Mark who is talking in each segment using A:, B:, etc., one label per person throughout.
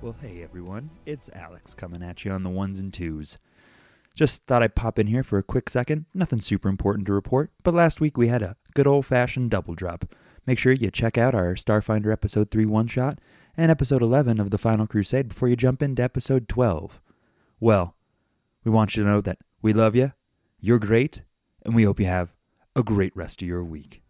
A: Well, hey everyone, it's Alex coming at you on the ones and twos. Just thought I'd pop in here for a quick second. Nothing super important to report, but last week we had a good old fashioned double drop. Make sure you check out our Starfinder Episode 3 one shot and Episode 11 of The Final Crusade before you jump into Episode 12. Well, we want you to know that we love you, you're great, and we hope you have a great rest of your week.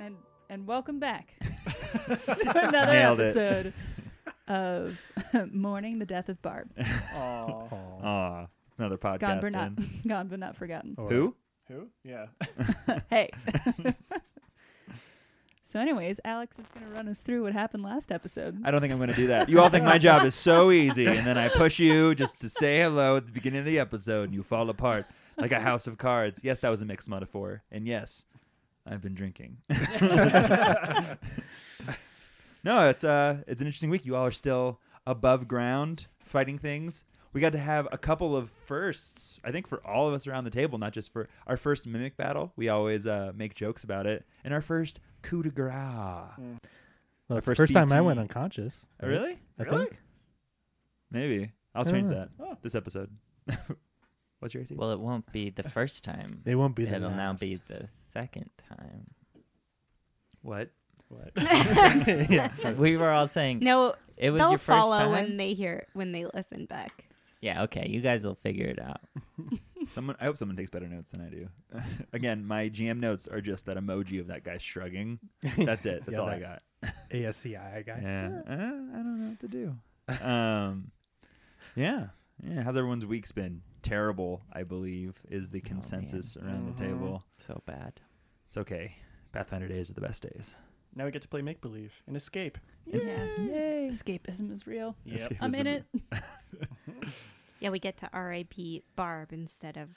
B: And and welcome back to another
A: Nailed it.
B: episode of Mourning the Death of Barb.
C: Aw.
A: Aw, another podcast.
B: Gone but not
A: in.
B: gone but not forgotten.
C: Or-
A: Who?
C: Who? Yeah.
B: hey. so anyways, Alex is gonna run us through what happened last episode.
A: I don't think I'm going to do that. You all think my job is so easy, and then I push you just to say hello at the beginning of the episode, and you fall apart like a house of cards. Yes, that was a mixed metaphor, and yes, I've been drinking. no, it's uh, it's an interesting week. You all are still above ground fighting things. We got to have a couple of firsts, I think, for all of us around the table, not just for our first mimic battle. We always uh, make jokes about it, and our first coup de grace.
D: Well,
A: My
D: it's the
A: first
D: first time I
A: BT.
D: went unconscious. right?
A: Really?
D: I
C: Really?
D: think.
A: Maybe I'll
D: I
A: change
D: dunno.
A: that
C: Oh.
A: this episode. What's your AC?
E: Well, it won't be the first time.
D: They won't be the
E: It'll now be
D: last.
E: the second time.
A: what?
D: yeah.
E: we were all saying
F: No,
E: it was
F: they'll
E: your first
F: follow
E: time.
F: when they hear when they listen back.
E: Yeah, okay, you guys will figure it out.
A: Someone. I hope someone takes better notes than I do. Again, my GM notes are just that emoji of that guy shrugging. That's it. That's
D: Yeah,
A: all I
D: that-
A: got.
D: ASCII guy.
A: Yeah. Uh, I don't know what to do. Um. Yeah. Yeah. How's everyone's week's been? Terrible, I believe, is the consensus around
C: Mhm.
A: the table.
E: So bad.
A: It's okay. Pathfinder days are the best days.
C: Now we get to play make believe and escape.
B: yeah. Escapism is real.
C: Yep.
A: Escape
B: I'm
A: is
B: in
A: the-
B: it.
F: Yeah, we get to R.I.P. Barb instead of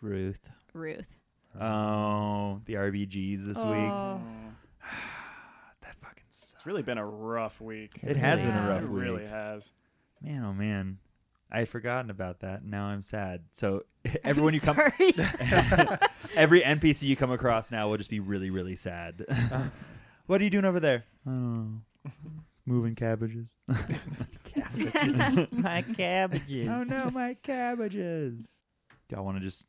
E: Ruth.
F: Ruth.
A: Oh, the RBGs this week.
B: Oh.
C: Mm.
A: That fucking sucks.
C: It's really been a rough week.
A: It has been a
B: Yeah.
A: rough
C: it
A: week.
C: really has.
A: Man, oh man, I had forgotten about that. and Now I'm sad. So everyone you come, every NPC you come across now will just be really, really sad. what are you doing over there? I don't know. Moving cabbages.
E: My cabbages.
A: oh no, my cabbages! Y'all want to just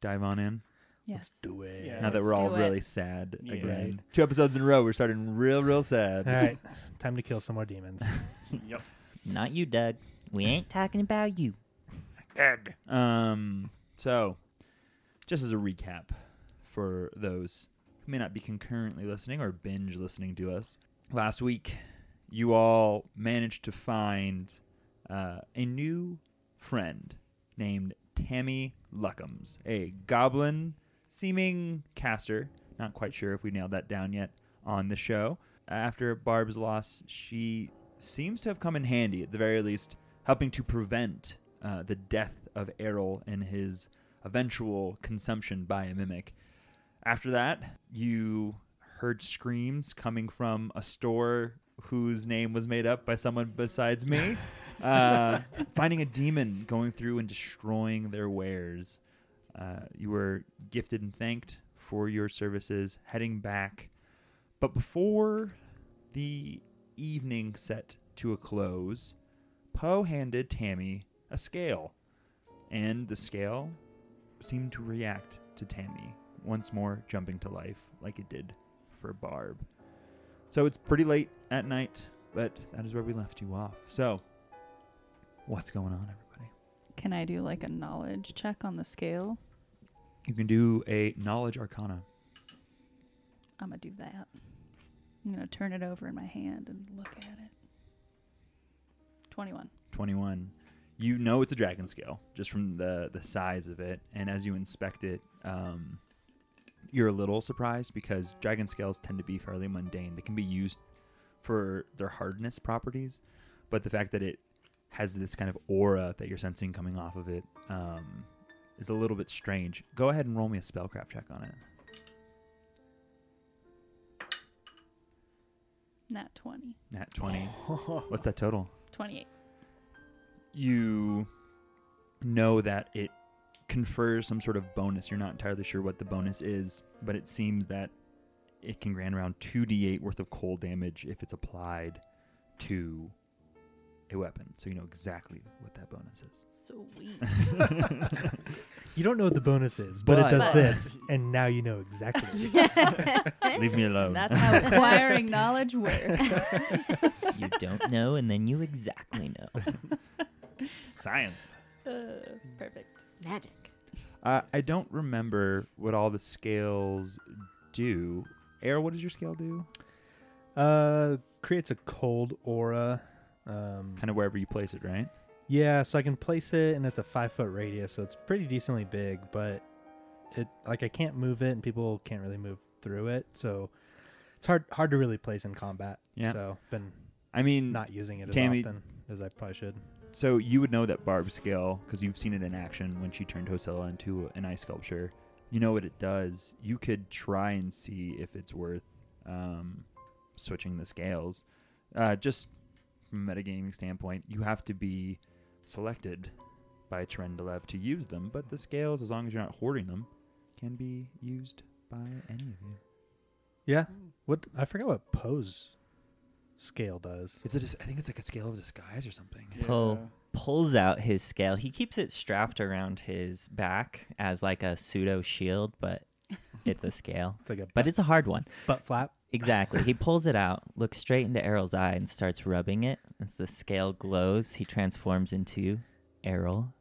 A: dive on in
B: Yes.
D: Do it.
C: Yeah.
A: now that
C: Let's
A: we're all
F: do it.
A: really sad
C: Yeah.
A: again? Two episodes in a row, we're starting real, real sad.
D: All right. Time to kill some more demons.
C: yep.
E: Not you, Doug. We ain't talking about you.
A: Um, so, just as a recap for those who may not be concurrently listening or binge listening to us, last week you all managed to find uh, a new friend named Tammy Luckums, a goblin seeming caster. Not quite sure if we nailed that down yet on the show. After Barb's loss, she seems to have come in handy, at the very least, helping to prevent uh, the death of Errol and his eventual consumption by a mimic. After that, you heard screams coming from a store whose name was made up by someone besides me, uh, finding a demon going through and destroying their wares. Uh, you were gifted and thanked for your services, heading back. But before the evening set to a close, Poe handed Tammy a scale, and the scale seemed to react to Tammy, once more jumping to life like it did for Barb. So it's pretty late at night, but that is where we left you off. So, what's going on, everybody?
B: Can I do like a knowledge check on the scale?
A: You can do a knowledge arcana.
B: I'm gonna do that. I'm gonna turn it over in my hand and look at it. Twenty-one.
A: 21 you know it's a dragon scale just from the the size of it and as you inspect it um, you're a little surprised because dragon scales tend to be fairly mundane. They can be used for their hardness properties, but the fact that it has this kind of aura that you're sensing coming off of it um, is a little bit strange. Go ahead and roll me a spellcraft check on it.
B: Not 20.
A: Nat 20. What's that total?
B: 28.
A: you know that it confers some sort of bonus. You're not entirely sure what the bonus is, but it seems that it can grant around 2d8 worth of cold damage if it's applied to a weapon. So you know exactly what that bonus is.
B: Sweet.
D: You don't know what the bonus is, but, it does
B: But-
D: this, and now you know exactly. What it is.
A: Leave me alone.
B: That's how acquiring knowledge works.
E: you don't know, and then you exactly know.
A: science.
B: Uh, perfect.
F: Magic.
A: Uh, I don't remember what all the scales do. Air, what does your scale do?
D: Uh, creates a cold aura. Um,
A: Kind of wherever you place it, right?
D: yeah, so I can place it, and it's a five foot radius, so it's pretty decently big. But it like I can't move it, and people can't really move through it, so it's hard hard to really place in combat.
A: Yeah.
D: So been
A: I
E: Mm.
A: mean,
D: not using it as
A: Tammy-
D: often as I probably should.
A: So you would know that barb scale because you've seen it in action when she turned Hosella into an ice sculpture. You know what it does. You could try and see if it's worth um, switching the scales. Uh, just from a metagaming standpoint, you have to be selected by Trendelev to use them, but the scales, as long as you're not hoarding them, can be used by any of you.
D: Yeah. What I forgot what pose scale does.
A: It's a dis- I think it's like a scale of disguise or something.
E: Pull. Pulls out his scale. He keeps it strapped around his back as like a pseudo shield, but it's a scale.
D: It's like a
E: But it's a hard one.
D: butt flap.
E: Exactly. He pulls it out, looks straight into Errol's eye, and starts rubbing it. As the scale glows, he transforms into Errol.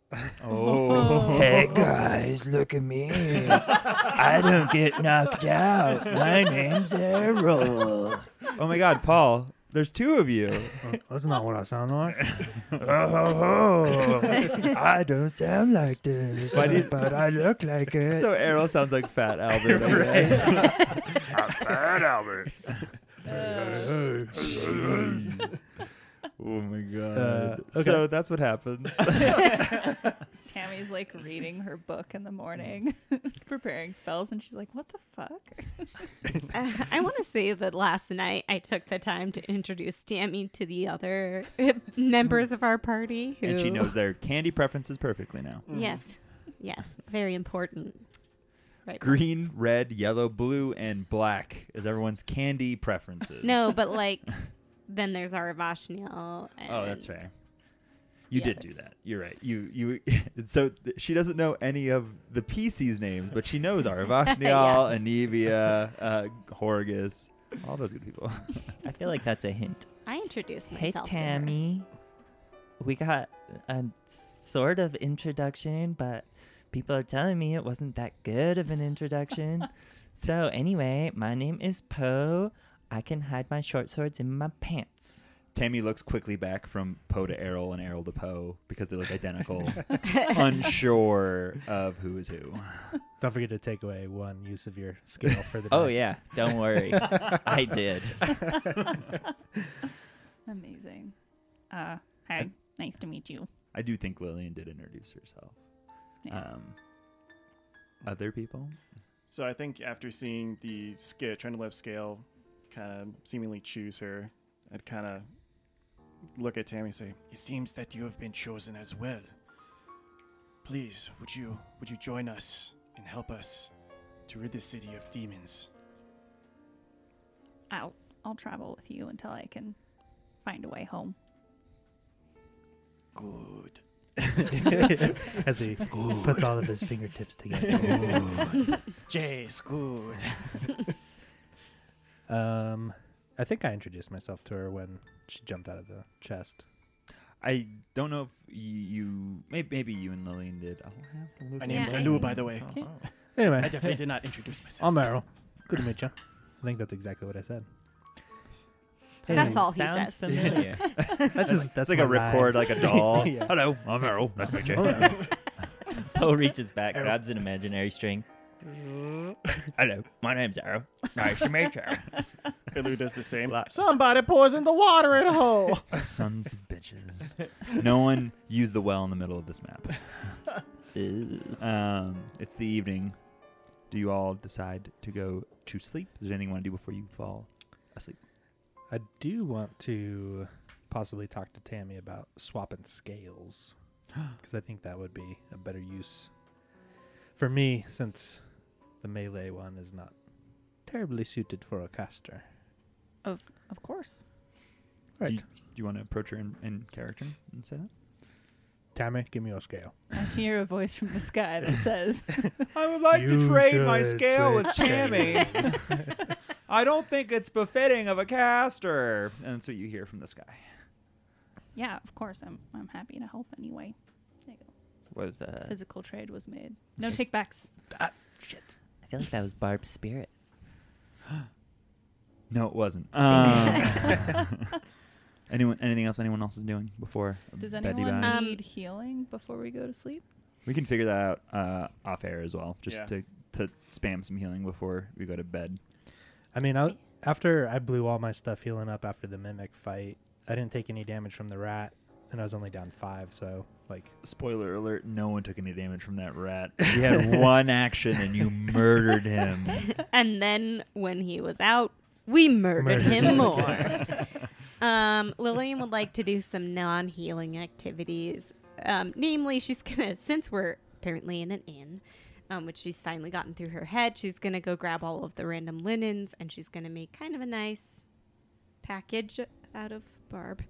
A: Oh.
E: Hey guys, look at me. I don't get knocked out. My name's Errol.
A: oh my god, Paul, there's two of you.
D: That's not what I sound like.
E: I don't sound like this,
A: Why do you- but
E: I look like it.
A: So Errol sounds like Fat Albert. okay?
B: Uh,
A: oh my god.
D: Uh, okay.
A: So that's what happens.
B: Tammy's like reading her book in the morning, preparing spells, and she's like, what the fuck?
F: Uh, I want to say that last night I took the time to introduce Tammy to the other members of our party. Who,
A: and she knows their candy preferences perfectly now.
C: Mm-hmm.
E: Mm-hmm.
F: Yes, yes, very important. Right.
A: Green, red, yellow, blue, and black is everyone's candy preferences.
F: No, but like, then there's our Avashnil.
A: Oh, that's
F: and-
A: fair. You did do
F: Yes.
A: that. You're right. You you. So th- she doesn't know any of the PC's names, but she knows Arvashnial,
F: Yeah.
A: Anivia, uh, Horgus, all those good people.
E: I feel like that's a hint.
F: I introduced
E: Hey
F: myself. To her.
E: Tammy, we got a sort of introduction, but people are telling me it wasn't that good of an introduction. so anyway, my name is Poe. I can hide my short swords in my pants.
A: Tammy looks quickly back from Poe to Errol and Errol to Poe because they look identical, unsure of who is who.
D: Don't forget to take away one use of your scale for the
E: Oh
D: day.
E: yeah, don't worry, I did.
B: Amazing. Uh, hi. Nice to meet you.
A: I do think Lillian did introduce herself.
B: Yeah.
A: Um, other people?
C: So I think after seeing the skit, trying to left scale, kind of seemingly choose her, I'd kind of look at Tammy and say, "It seems that you have been chosen as well. Please, would you would you join us and help us to rid this city of demons?"
B: I'll I'll travel with you until I can find a way home.
C: Good.
D: As he puts all of his fingertips together.
C: Jace, good.
D: um, I think I introduced myself to her when she jumped out of the chest.
A: I don't know if y- you, maybe, maybe you and Lillian did. I'll have to listen.
C: My name's
F: name's Yeah.
C: Alu, by the way.
B: Okay.
C: I
D: Anyway,
C: definitely did not introduce myself.
D: I'm Errol. Good to meet you. I think that's exactly what I said.
F: That's all he
E: Sounds
F: says.
E: familiar.
D: That's just
A: It's
D: that's
A: like a
D: my vibe.
A: ripcord, like a doll.
D: Yeah.
A: Hello, I'm Errol. That's my
D: Oh,
A: Jay.
D: no.
E: Poe reaches back, grabs an imaginary string. Hello, my name's Arrow. Nice to meet you.
C: Ilu does the same.
A: Lot-
C: Somebody pours in the water in a hole.
A: Sons of bitches. No one used the well in the middle of this map. Um, it's the evening. Do you all decide to go to sleep? Is there anything you want to do before you fall asleep?
D: I do want to possibly talk to Tammy about swapping scales because I think that would be a better use for me since the melee one is not terribly suited for a caster.
B: Of course.
D: Right.
A: Do you, do you want to approach her in, in character and say that?
D: Tammy, give me your scale.
B: I hear a voice from the sky that says,
A: I would
D: like to You trade my should scale with switch
A: Tammy. I don't think it's befitting of a caster. And that's what you hear from this guy.
B: "Yeah, of course. I'm I'm happy to help anyway." There you go.
E: was that?
B: Physical trade was made. No takebacks.
E: I feel like that was Barb's spirit.
A: No, it wasn't. Um, anyone? Anything else anyone else is doing before?
B: Does
A: Betty
B: anyone
A: Bye?
F: Um,
B: need healing before we go to sleep?
A: we can figure that out uh, off air as well, just
C: Yeah.
A: to to spam some healing before we go to bed.
D: I mean, I, after I blew all my stuff healing up after the mimic fight, I didn't take any damage from the rat, and I was only down five. So, like,
A: Spoiler alert: No one took any damage from that rat. You had one action and you murdered him.
F: and then when he was out, we murdered,
D: Murdered
F: him
D: him
F: more. um, Lillian would like to do some non healing activities. Um, namely, she's going to, since we're apparently in an inn, um, which she's finally gotten through her head, she's going to go grab all of the random linens and she's going to make kind of a nice package out of Barb.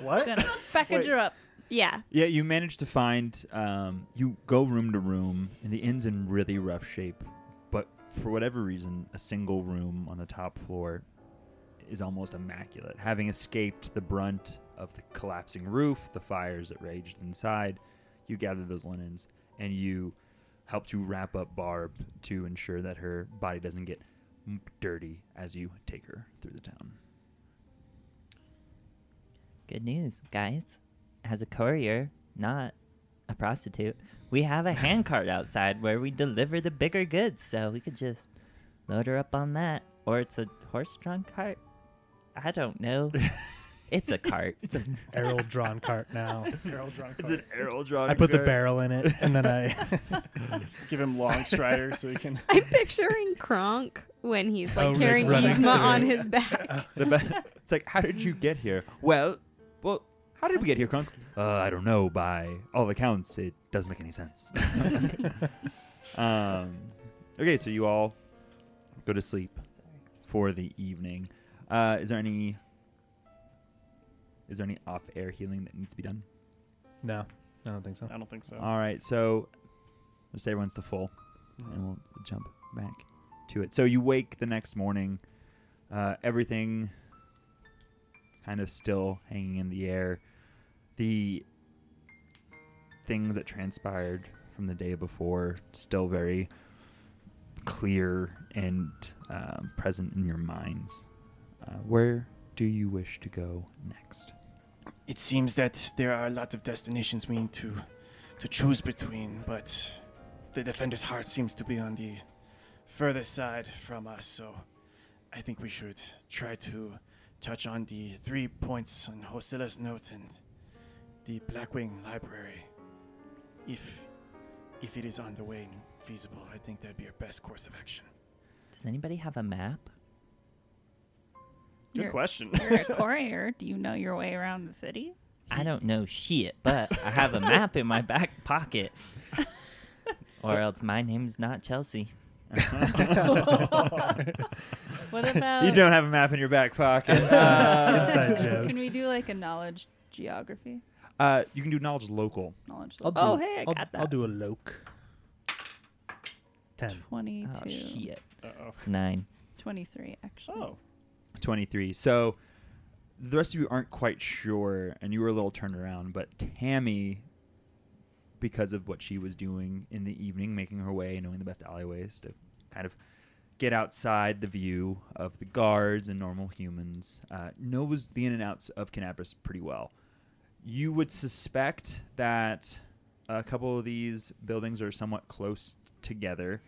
C: what?
B: Gonna package
C: Wait.
B: her up.
F: yeah.
A: Yeah, you managed to find. Um, you go room to room, and the inn's in really rough shape. But for whatever reason, a single room on the top floor is almost immaculate. Having escaped the brunt of the collapsing roof, the fires that raged inside, you gathered those linens and you helped to wrap up Barb to ensure that her body doesn't get m- dirty as you take her through the town.
E: Good news, guys. As a courier, not a prostitute, we have a handcart outside where we deliver the bigger goods. So we could just load her up on that, or it's a horse-drawn cart. I don't know. it's a cart.
D: it's an arrow drawn cart now.
A: It's an arrow drawing.
D: I put the barrel in it, and then I.
C: Give him long strider so he can.
F: I'm picturing Kronk when he's like
D: Oh, like
F: carrying
D: running
F: Yzma on
D: through.
F: his back.
A: The ba- it's like, how did you get here? Well, well, how did we get here, Krunk? Uh, I don't know. By all accounts, it doesn't make any sense. um, okay, so you all go to sleep for the evening. Uh, is there any? Is there any off-air healing that needs to be done?
D: no, I don't think so.
C: I don't think so.
A: All right, so let's say everyone's to full, and we'll jump back to it. So you wake the next morning, uh, everything kind of still hanging in the air. The things that transpired from the day before still very clear and um, present in your minds. Uh, where do you wish to go next?
C: It seems that there are a lot of destinations we need to to choose between, but the defender's heart seems to be on the further side from us, so I think we should try to touch on the three points on Hosilla's note and the Blackwing Library. If if it is on the way and feasible, I think that'd be our best course of action.
E: Does anybody have a map?
B: You're-
C: question.
B: You're a courier. Do you know your way around the city?
E: I don't know shit, but I have a map in my back pocket. Or else my name's not Chelsea.
B: What about
A: You don't have a map in your back pocket.
D: Inside- inside
B: Can
D: jokes.
B: we do like a knowledge geography?
A: Uh, you can do knowledge local.
B: Knowledge.
D: I'll
B: oh,
D: do-
B: hey, I
D: I'll-
B: got that.
D: I'll do a loke. Ten.
B: Twenty-two.
E: Oh, shit.
C: Uh-oh.
E: Nine.
B: 23 actually.
C: Oh.
A: 23. So the rest of you aren't quite sure, and you were a little turned around, but Tammy, because of what she was doing in the evening, making her way and knowing the best alleyways to kind of get outside the view of the guards and normal humans, uh, knows the in and outs of Canabras pretty well. You would suspect that A couple of these buildings are somewhat close together.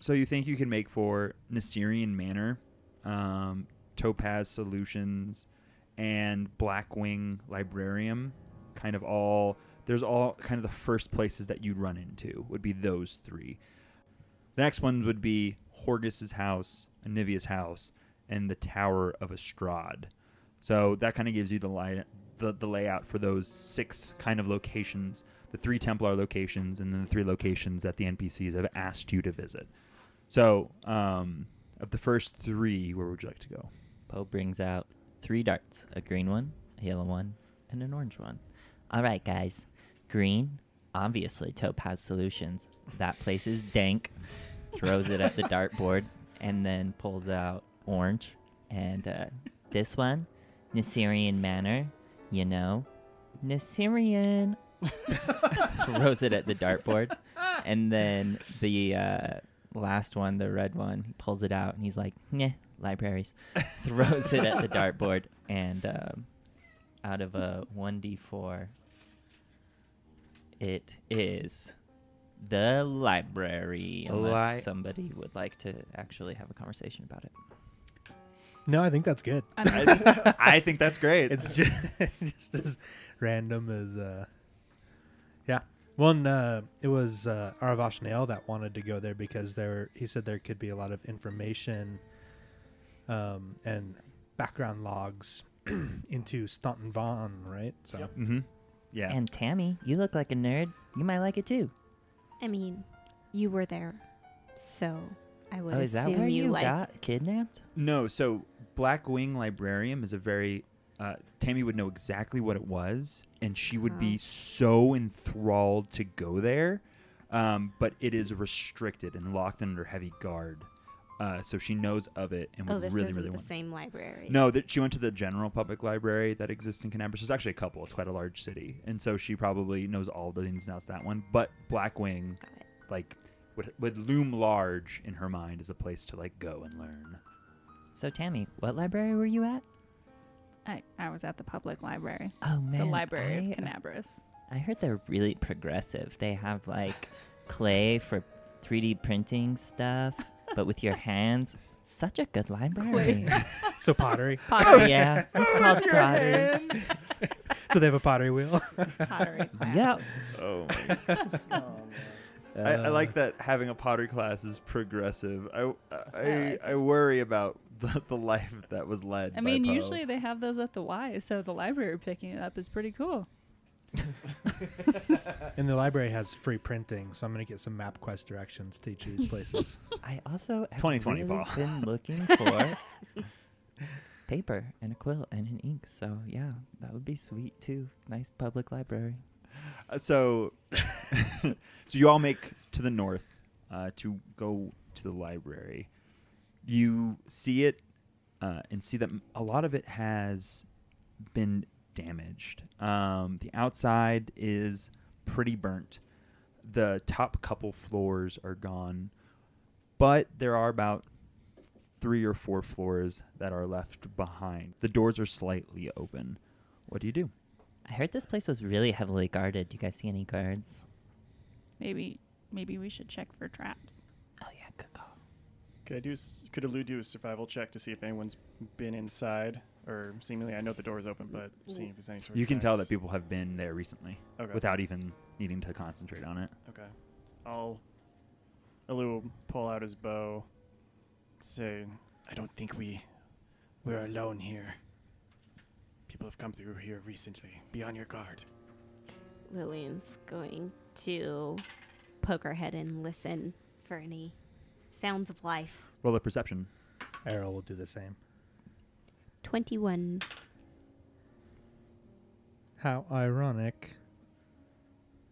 A: So you think you can make for Nasirian Manor, um, Topaz Solutions, and Blackwing Librarium, kind of all there's all kind of the first places that you'd run into would be those three. The next ones would be Horgus's house, Anivia's house, and the Tower of Estrad. So that kind of gives you the line, the, the layout for those six kind of locations, the three Templar locations, and then the three locations that the NPCs have asked you to visit. So, um, of the first three, where would you like to go?
E: Poe brings out three darts a green one, a yellow one, and an orange one. All right, guys. Green, obviously Topaz Solutions. That place is dank. Throws it at the dartboard and then pulls out orange. And uh, this one, Nasirian Manor, you know, Nasirian. throws it at the dartboard. And then the uh, last one, the red one, he pulls it out and he's like, "Nah, libraries." throws it at the dartboard and um, out of a 1d4 it is the library
A: The
E: unless
A: li-
E: somebody would like to actually have a conversation about it
D: No, I think that's good.
B: Amazing.
A: I, I think that's great.
D: It's just, just as random as, uh, yeah. One, uh, it was uh, Aravash Nail that wanted to go there because there, he said there could be a lot of information um, and background logs into Staunton Vaughn, right? So
A: mm-hmm. Yeah.
E: and tammy you look like a nerd you might like it too
F: I mean, you were there, so I would
E: oh is that
F: assume
E: where
F: you,
E: you
F: like.
E: got kidnapped
A: No, so Black Wing Librarium is a very. Uh, Tammy would know exactly what it was, and she would
F: Oh.
E: Uh-huh.
A: be so enthralled to go there. Um, but it is restricted and locked under heavy guard, uh, so she knows of it and
F: Oh,
A: would
F: this
A: really,
F: isn't
A: really
F: the
A: want.
F: same library.
A: No, that she went to the general public library that exists in Canaveras. There's actually a couple. It's quite a large city, and so she probably knows all the ins and outs of that one. But Black Wing,
F: Got it.
A: like, would, would loom large in her mind as a place to like go and learn.
E: so tammy what library were you at
B: I, I was at the public library,
E: oh man
B: the Library
E: I-
B: of Canabras.
E: I heard they're really progressive. They have like clay for 3D printing stuff, but with your hands. Such a good library.
D: so pottery.
B: Pottery.
E: yeah, it's called pottery.
D: so they have a pottery wheel.
B: Pottery.
E: Yeah,
A: Oh
C: Oh, man.
A: I,
E: Uh.
A: I like that having a pottery class is progressive. I I,
B: like
A: I worry about the, the life that was led. by
B: I mean,
A: Poe.
B: usually they have those at the Y, so the library picking it up is pretty cool.
D: Uh, And the library has free printing, so I'm gonna get some map quest directions to each of these places.
E: I also have
A: 2020
E: really
A: ball.
E: been looking for paper and a quill and an ink. So yeah, that would be sweet too. Nice public library.
A: Uh, so so you all make to the north uh, to go to the library. You see it uh, and see that m- a lot of it has been damaged. Um, the outside is pretty burnt. The top couple floors are gone, but there are about three or four floors that are left behind. The doors are slightly open. What do you do?
E: I heard this place was really heavily guarded. Do you guys see any guards?
B: Maybe maybe we should check for traps.
E: Oh yeah, good call.
C: Could I do? s- Could Alu do a survival check to see if anyone's been inside? Or seemingly, I know the door's open, but seeing if there's any sort.
A: You
C: of
A: can tell that
C: tracks.
A: people have been there recently
C: Okay.
A: without even needing to concentrate on it.
C: Okay. I'll. Alu will pull out his bow. Say, I don't think we. We're alone here. People have come through here recently. Be on your guard.
F: Lillian's going to poke her head and listen for any sounds of life.
A: Roll a perception.
D: Errol will do the same.
F: 21.
D: How ironic.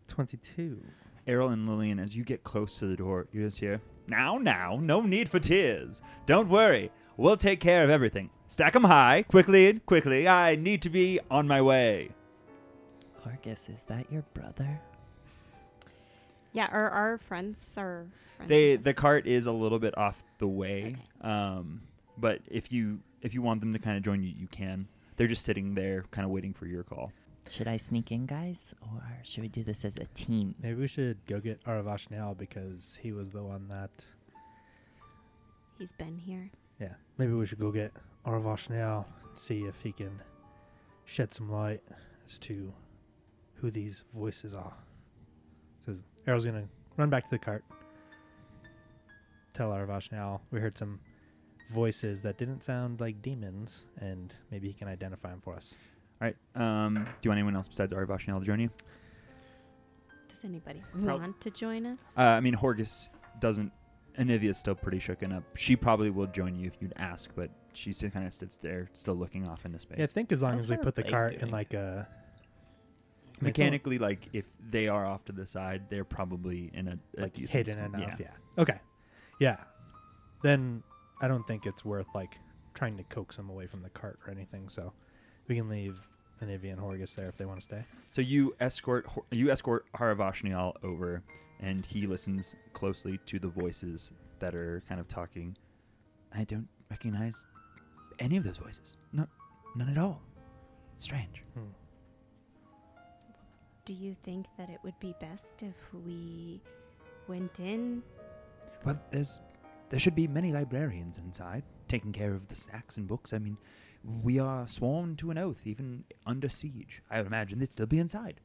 D: Twenty-two.
A: Errol and Lillian, as you get close to the door, you just hear, Now, now, no need for tears. Don't worry. We'll take care of everything. Stack 'em high, quickly, quickly. I need to be on my way.
E: Orgus, is that your brother?
F: Yeah, are our friends are friends?
A: They
F: with us?
A: the cart is a little bit off the way. Um, but if you if you want them to kind of join you, you can. They're just sitting there kind of waiting for your call.
E: Should I sneak in, guys, or should we do this as a team?
D: Maybe we should go get Aravash now because he was the one that.
F: He's been here.
D: Yeah. Maybe we should go get Aravash now and see if he can shed some light as to who these voices are. So Errol's going to run back to the cart. Tell Aravash now we heard some voices that didn't sound like demons, and maybe he can identify them for us.
A: All right. Um, do you want anyone else besides Arvash and El to join you?
F: Does anybody
A: Prob-
F: want to join us?
A: Uh, I mean, Horgus doesn't. Anivia's still pretty shooken up. She probably will join you if you'd ask, but she still kind of sits there, still looking off into space.
D: Yeah, I think as long
E: How's
D: as we
E: her
D: put the
E: leg
D: cart in
E: doing?
D: like a I mean, it's only-
A: Mechanically, like if they are off to the side, they're probably in a, a
D: like
A: decent
D: hidden
A: sp-
D: enough. Yeah. Okay. Yeah. Then I don't think it's worth like trying to coax him away from the cart or anything. So we can leave Anivia and Horgus there if they want to stay.
A: So you escort Hor- you escort Haravashnial over, and he listens closely to the voices that are kind of talking. I don't recognize any of those voices. No, none at all. Strange.
F: Do you think that it would be best if we went in?
A: Well, there's there should be many librarians inside taking care of the snacks and books. I mean, we are sworn to an oath, even under siege. I would imagine they'd still be inside.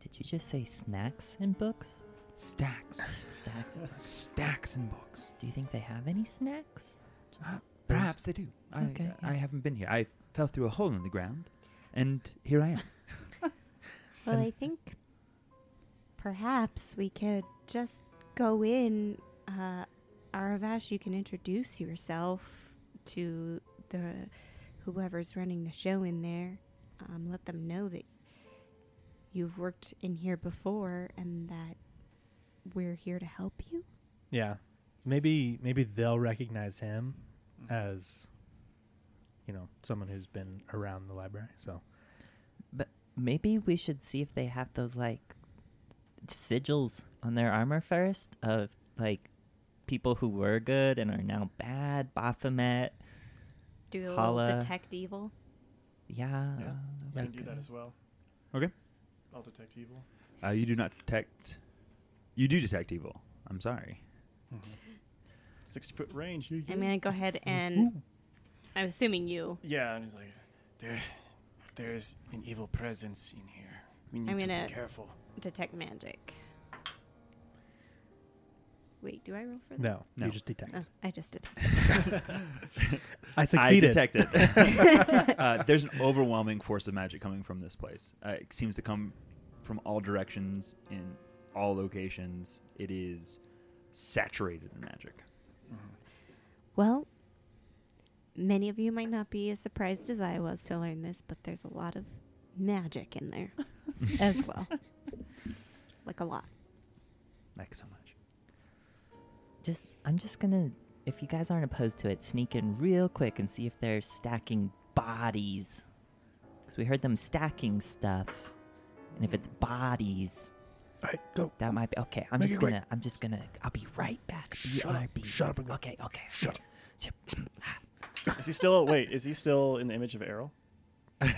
E: Did you just say snacks and books?
A: Stacks,
E: Stacks. of-
A: stacks and books.
E: Do you think they have any snacks?
A: Perhaps they do. I, uh,
E: Okay,
A: I
E: yeah.
A: haven't been here. I fell through a hole in the ground, and here I am.
F: Well, I think perhaps we could just go in. Uh, Aravash, you can introduce yourself to the whoever's running the show in there. Um, let them know that you've worked in here before and that we're here to help you.
D: Yeah. Maybe maybe they'll recognize him
C: Hmm.
D: Mm-hmm.
A: Uh,
D: as you know someone who's been around the library. So
E: Maybe we should see if they have those like sigils on their armor first of like people who were good and are now bad. Baphomet.
F: Do
E: a little Holla. detect
F: evil.
E: Yeah.
C: Yeah,
E: uh,
C: I
E: like,
C: can do that as well.
A: Okay.
C: I'll detect evil.
A: Uh, you do not detect. You do detect evil. I'm sorry.
C: 60 Mm-hmm. foot range. Yeah,
F: I'm
C: yeah.
F: going to go ahead and. I'm assuming you.
C: Yeah, and he's like, there, there is an evil presence in here. We need
F: I'm
C: to
F: gonna-
C: be careful.
F: detect magic. Wait, do I roll for that?
D: no,
A: No.
D: you just detect.
F: Oh, I just detect.
D: I succeeded.
A: I detected. uh, there's an overwhelming force of magic coming from this place. Uh, it seems to come from all directions in all locations. It is saturated in magic.
C: Mm-hmm.
F: Well, many of you might not be as surprised as I was to learn this, but there's a lot of magic in there as well. Like a lot.
A: Thanks so much.
E: Just I'm just gonna if you guys aren't opposed to it, sneak in real quick and see if they're stacking bodies. Because we heard them stacking stuff. And if it's bodies,
D: All right, go.
E: that might be okay. I'm
D: Make
E: just
D: it quick.
E: gonna I'm just gonna I'll be right back.
D: Shut up,
E: BRB.
D: shut up and go.
E: Okay, okay.
D: Shut up.
C: Is he still? Wait, is he still in the image of Errol?
A: he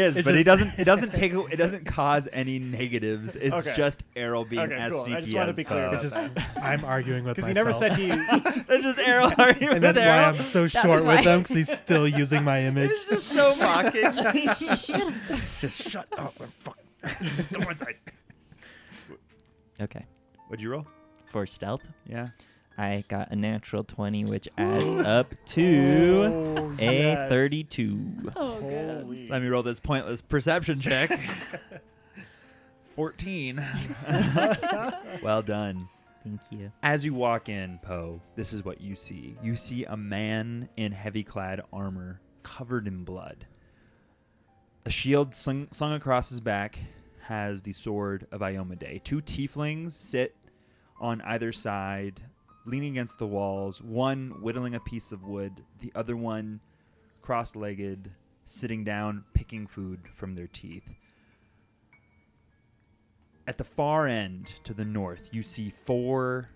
A: is,
D: It's
A: but it
D: just-
A: doesn't. It doesn't take. a- It doesn't cause any negatives. It's
C: Okay.
A: just Errol being
C: Okay,
A: as
C: cool. I
A: sneaky
C: just wanted to
A: as
C: be clear
A: fuck.
C: about
D: This is I'm arguing with
C: Because
D: myself.
C: he never said he.
A: That's just Errol. Are you
D: and that's
A: with
D: why
A: Errol?
D: I'm so short with him because he's still using my image.
A: It's just so mocking.
D: Just shut up. I'm fuck.
E: Okay.
A: Would you roll?
E: For stealth,
A: Yeah.
E: I got a natural twenty, which adds up to
C: Oh,
E: a
C: yes.
E: thirty-two.
B: Oh, good.
C: Holy.
A: Let me roll this pointless perception check. 14. well done.
E: Thank you.
A: As you walk in, Poe, this is what you see. You see a man in heavy clad armor covered in blood. A shield slung, slung across his back has the sword of Iomade. Two tieflings sit on either side, leaning against the walls, one whittling a piece of wood, the other one cross legged, sitting down, picking food from their teeth. At the far end to the north, you see four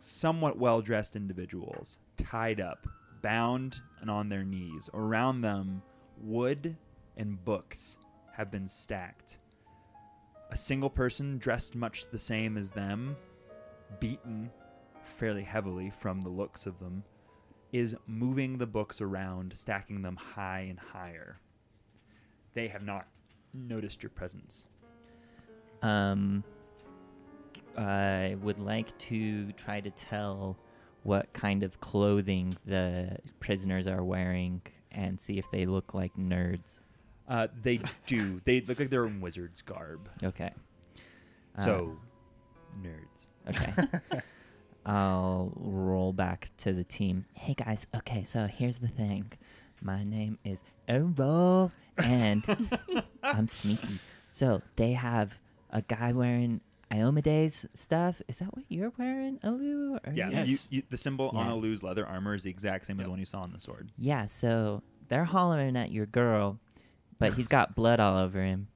A: somewhat well dressed individuals tied up, bound, and on their knees. Around them, wood and books have been stacked. A single person dressed much the same as them, beaten fairly heavily from the looks of them, is moving the books around, stacking them high and higher. They have not noticed your presence.
E: Um, I would like to try to tell what kind of clothing the prisoners are wearing and see if they look like nerds.
A: Uh, they do. They look like they're in wizard's garb.
E: Okay. Uh,
A: So, nerds.
E: Okay. Um, I'll roll back to the team. Hey guys, okay, so here's the thing. My name is Errol, and I'm sneaky. So they have a guy wearing Iomede's stuff. Is that what you're wearing, Alu? Are
A: Yeah,
E: you-
A: you,
C: Yes.
A: you, the symbol on
E: Yeah.
A: Alu's leather armor is the exact same as the one you saw on the sword.
E: Yeah, so they're hollering at your girl, but he's got blood all over him.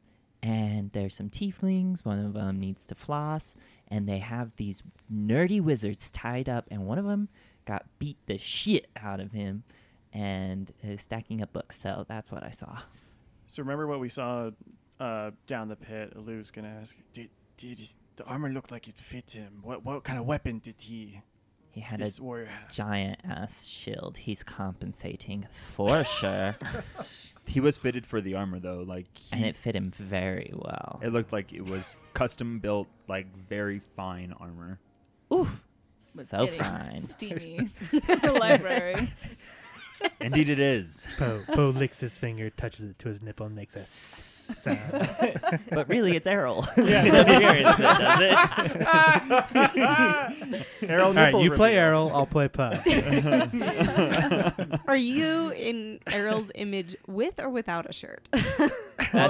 E: And there's some tieflings, one of them needs to floss, and they have these nerdy wizards tied up, and one of them got beat the shit out of him and is stacking up books, so that's what I saw.
C: So remember what we saw uh, down the pit. Alu's gonna ask, did did the armor look like it fit him? What what kind of weapon did he
E: He had
C: this
E: a
C: warrior have?
E: giant ass shield. He's compensating for sure,
A: He was fitted for the armor though, like
E: and
A: he-
E: it fit him very well.
A: it looked like it was custom built, like very fine armor.
E: Ooh,
B: was
E: so
B: getting
E: fine.
B: Steamy in the library.
A: Indeed, it is.
D: Poe Poe licks his finger, touches it to his nipple, and makes a s- sound.
E: but really, it's Errol.
C: Yeah.
E: It's not yours that does it.
C: Errol
D: All right,
C: nipple
D: you play
C: reveal.
D: Errol, I'll play Poe.
F: Are you in Errol's image with or without a shirt?
E: That's,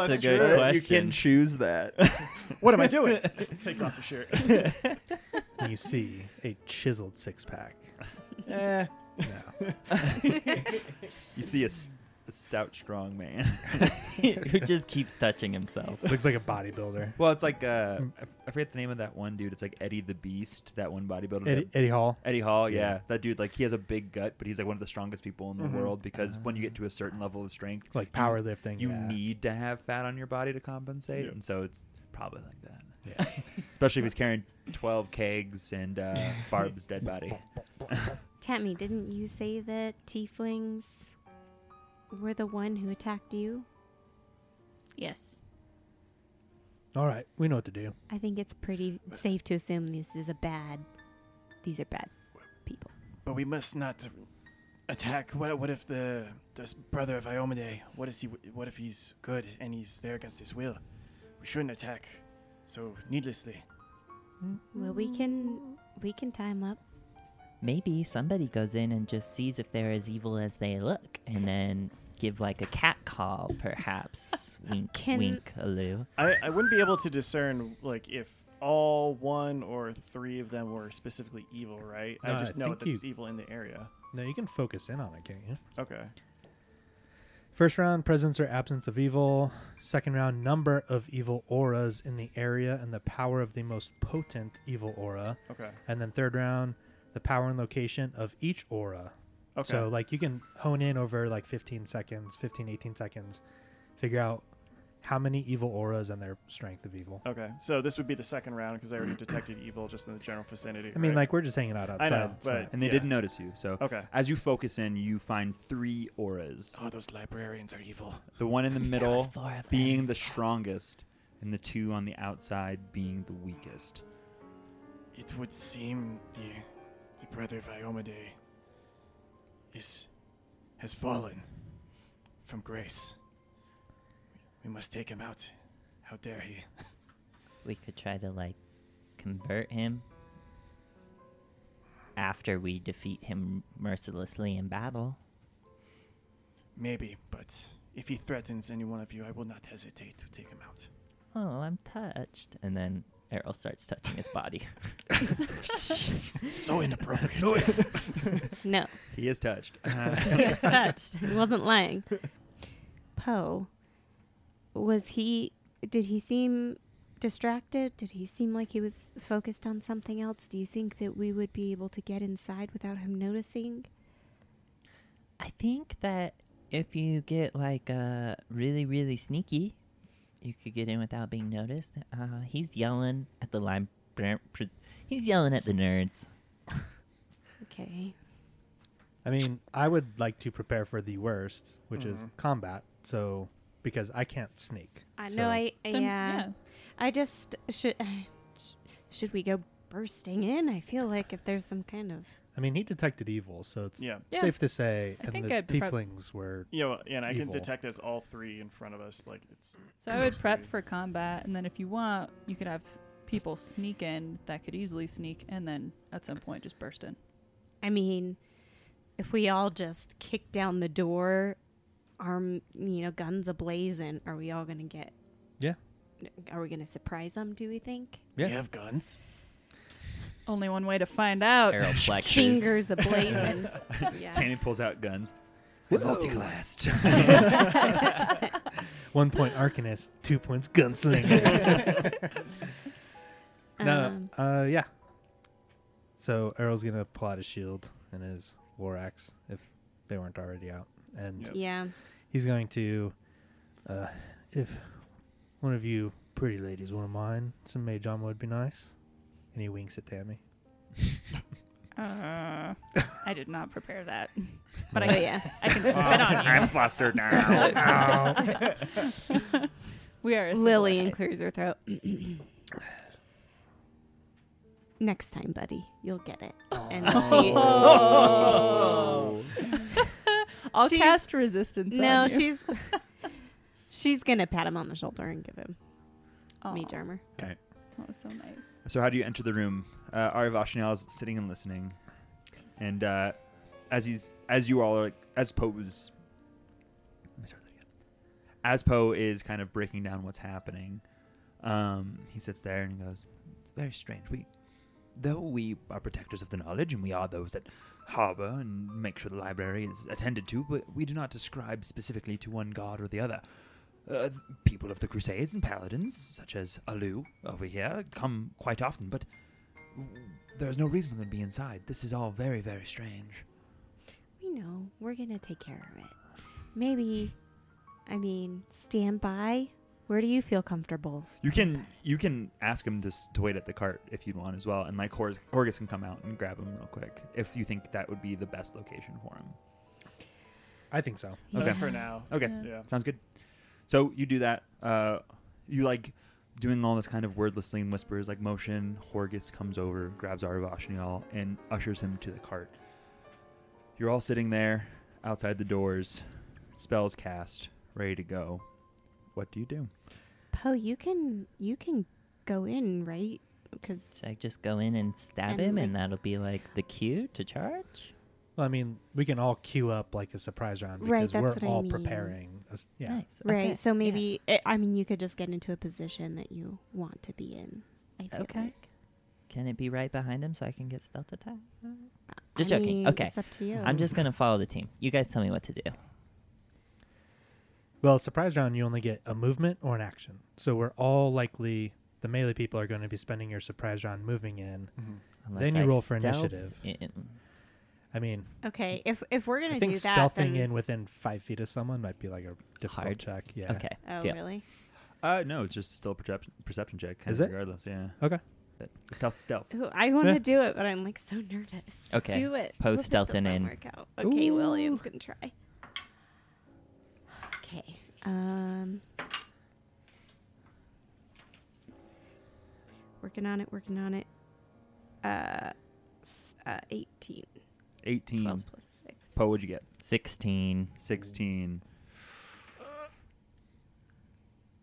C: that's
E: a good
C: true. You
E: question.
A: choose that.
C: What am I doing? Takes off the shirt.
D: And you see a chiseled six pack.
C: eh,
D: No.
A: you see a, s- a stout, strong man.
E: who just keeps touching himself.
D: Looks like a bodybuilder.
A: well, it's like uh, I, f- I forget the name of that one dude. It's like Eddie the Beast, that one bodybuilder.
D: Eddie,
A: that-
D: Eddie Hall.
A: Eddie Hall, yeah.
D: Yeah.
A: that dude. Like he has a big gut, but he's like one of the strongest people in the
F: Mm-hmm.
A: world because when you get to a certain level of strength,
D: Like powerlifting.
A: you
D: Ah. yeah.
A: need to have fat on your body to compensate,
C: Yep.
A: and so it's probably like that.
D: Yeah.
A: Especially if he's carrying twelve kegs and uh, Barb's dead body.
F: Tammy, didn't you say that tieflings were the one who attacked you?
B: yes.
D: All right, we know what to do.
F: I think it's pretty safe to assume this is a bad. These are bad people.
C: but we must not attack. What what if the this brother of Iomade? What is he? What if he's good and he's there against his will? We shouldn't attack so needlessly.
F: Well, we can we can tie him up.
E: Maybe somebody goes in and just sees if they're as evil as they look, and then give like a cat call, perhaps. wink,
F: Can-
E: wink, aloo.
C: I, I wouldn't be able to discern like if all one or three of them were specifically evil, right?
D: No,
C: I just
D: Uh, I
C: know
D: think
C: that
D: you-
C: it's evil in the area.
D: No, you can focus in on it, can't you?
C: Okay.
D: First round, presence or absence of evil. Second round, number of evil auras in the area and the power of the most potent evil aura.
C: Okay.
D: And then third round, the power and location of each aura.
C: Okay.
D: So, like, you can hone in over like 15 seconds, 15, 18 seconds, figure out how many evil auras and their strength of evil.
C: okay. So this would be the second round because I already detected evil just in the general vicinity.
D: I mean,
C: right?
D: like, we're just hanging out outside.
C: know,
D: It's
C: but-
D: not-
A: And they
C: Yeah.
A: didn't notice you. So
C: Okay.
A: as you focus in, you find three auras.
C: Oh, those librarians are evil.
A: The one in the middle
E: four of
A: being the strongest, and the two on the outside being the weakest.
C: It would seem the the brother of Iomade is has fallen from grace. We must take him out. How dare he?
E: We could try to like convert him after we defeat him mercilessly in battle.
C: Maybe, but if he threatens any one of you, I will not hesitate to take him out.
E: Oh, I'm touched. And then Errol starts touching his body.
C: So inappropriate.
F: No,
A: He is touched.
C: uh-huh.
F: he was touched. He wasn't lying. Poe, was he? Did he seem distracted? Did he seem like he was focused on something else? Do you think that we would be able to get inside without him noticing?
E: I think that if you get like uh, really, really sneaky, you could get in without being noticed. Uh, he's yelling at the lib- br- pr- He's yelling at the nerds.
F: Okay.
D: I mean, I would like to prepare for the worst, which is
C: Mhm.
D: combat. So because I can't sneak.
F: I
D: so-
F: know. I I,
B: Then-
F: yeah. I just should. sh- should we go bursting in? I feel like if there's some kind of
D: I mean, he detected evil, so it's
C: Yeah.
B: Yeah.
D: safe to say.
B: I
D: and
B: think
D: the
B: I'd prob-
D: tieflings were.
C: Yeah, well, yeah, and I
D: Evil.
C: can detect that's all three in front of us. Like it's
B: So I would
C: Mostly.
B: prep for combat, and then if you want, you could have people sneak in that could easily sneak, and then at some point just burst in.
F: I mean, if we all just kick down the door, arm, you know, guns ablazing, are we all going to get.
D: Yeah.
F: Are we going to surprise them, do we think?
D: Yeah.
C: we have guns.
B: Only one way to find out.
E: Arrow plexus.
F: Fingers ablazing. yeah.
A: Tammy pulls out guns.
D: Whoa.
A: Multi-classed.
D: One point Arcanist, two points Gunslinger. no,
F: Um,
D: uh, yeah. So Errol's gonna pull out his shield and his war axe if they weren't already out, and
C: Yep.
F: yeah.
D: he's going to, uh, if one of you pretty ladies want to mine, some mage armor would be nice. And he winks at Tammy.
B: Uh, I did not prepare that, but I,
F: Oh, yeah.
B: I can spit on you.
A: I'm flustered now.
B: We are a
F: Lillian
B: civilized-
F: clears her throat. Next time, buddy, you'll get it. And she,
B: Oh. I'll
F: She's-
B: cast resistance.
F: no,
B: on you.
F: she's she's gonna pat him on the shoulder and give him
B: Aw,
F: mage armor.
B: Oh. That was so nice.
A: so how do you enter the room? Uh, Ari Vashnell is sitting and listening, and uh, as he's as you all are, as Poe was. Let me start that again. As Poe is kind of breaking down what's happening, um, he sits there and he goes, "It's very strange. We, though we are protectors of the knowledge, and we are those that." Harbor and make sure the library is attended to, but we do not describe specifically to one god or the other. Uh, people of the Crusades and paladins, such as Alu over here, come quite often, but there is no reason for them to be inside. This is all very, very strange.
F: We know we're gonna take care of it. Maybe, I mean, stand by. Where do you feel comfortable?
A: You can you can ask him to, s- to wait at the cart if you'd want as well, and like Horus, Horgus can come out and grab him real quick if you think that would be the best location for him.
D: I think so.
A: Okay.
C: For now.
A: Okay,
B: Yeah.
C: Yeah.
A: sounds good. So you do that. Uh, you like doing all this kind of wordlessly and whispers like motion. Horgus comes over, grabs Arvashnial, and ushers him to the cart. You're all sitting there outside the doors, spells cast, ready to go. What do you do?
F: Poe, you can you can go in, right? Because
E: Should I just go in and stab
F: And,
E: him,
F: like-
E: and that'll be like the cue to charge?
D: Well, I mean, we can all queue up like a surprise round
F: Right,
D: because
F: that's
D: we're
F: what I
D: all
F: mean.
D: preparing. us- yeah.
E: Nice.
F: right,
E: okay,
F: so
E: yeah.
F: maybe I I mean you could just get into a position that you want to be in. I feel
E: Okay.
F: like.
E: Can it be right behind him so I can get stealth attack?
F: I
E: Just joking.
F: mean,
E: okay.
F: it's up to you.
E: I'm just gonna follow the team. You guys tell me what to do.
D: Well, surprise round, you only get a movement or an action. So we're all likely the melee people are going to be spending your surprise round moving in.
C: Mm-hmm.
E: Unless
D: Then you
E: I
D: roll for
E: stealth
D: initiative.
E: in.
D: I mean,
F: okay. If if we're gonna
D: I think
F: do that,
D: stealthing in within five feet of someone might be like a difficult
E: Hard.
D: check. Yeah.
E: Okay.
F: Oh
E: deal.
F: really?
A: Uh, no, it's just still a perception perception check.
D: Is it? Oh.
A: Regardless, yeah.
D: Okay.
A: Stealth, stealth.
F: Ooh, I want
D: Yeah.
F: to do it, but I'm like so nervous.
E: Okay.
F: Do it.
E: Poe
F: Hope it
E: stealthing
F: doesn't
E: in.
F: Work out. Okay, Lillian's gonna try. Okay. Um. Working on it. Working on it. Uh, s- uh 18.
A: 18.
F: 12
E: Hmm.
F: plus six.
A: Poe, what'd you get?
E: Sixteen.
A: 16.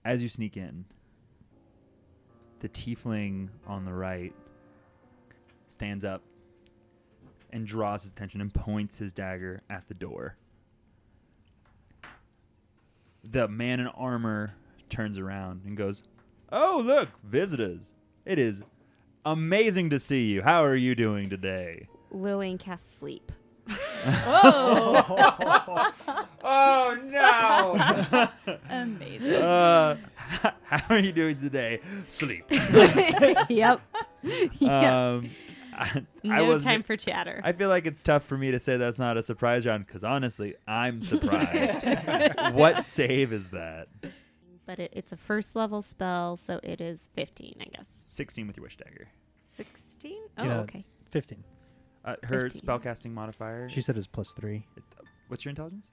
A: As you sneak in, the tiefling on the right stands up and draws his attention and points his dagger at the door. The man in armor turns around and goes, Oh, look, visitors. It is amazing to see you. How are you doing today?
F: Lillian casts sleep.
B: Whoa!
A: Oh, no.
B: Amazing.
A: uh, Uh, how are you doing today? Sleep.
F: yep. yep.
A: Um, I, I
F: No
A: was.
F: time for chatter.
A: e- I feel like it's tough for me to say that's not a surprise round because honestly, I'm surprised. what save is that?
F: but it, it's a first level spell, so it is 15, I guess.
A: 16 with your wish dagger.
F: 16? Oh,
D: Yeah.
F: okay.
D: Fifteen.
A: Uh, her
F: 15.
A: spellcasting modifier. uh,
D: She said it was plus three.
A: What's your intelligence?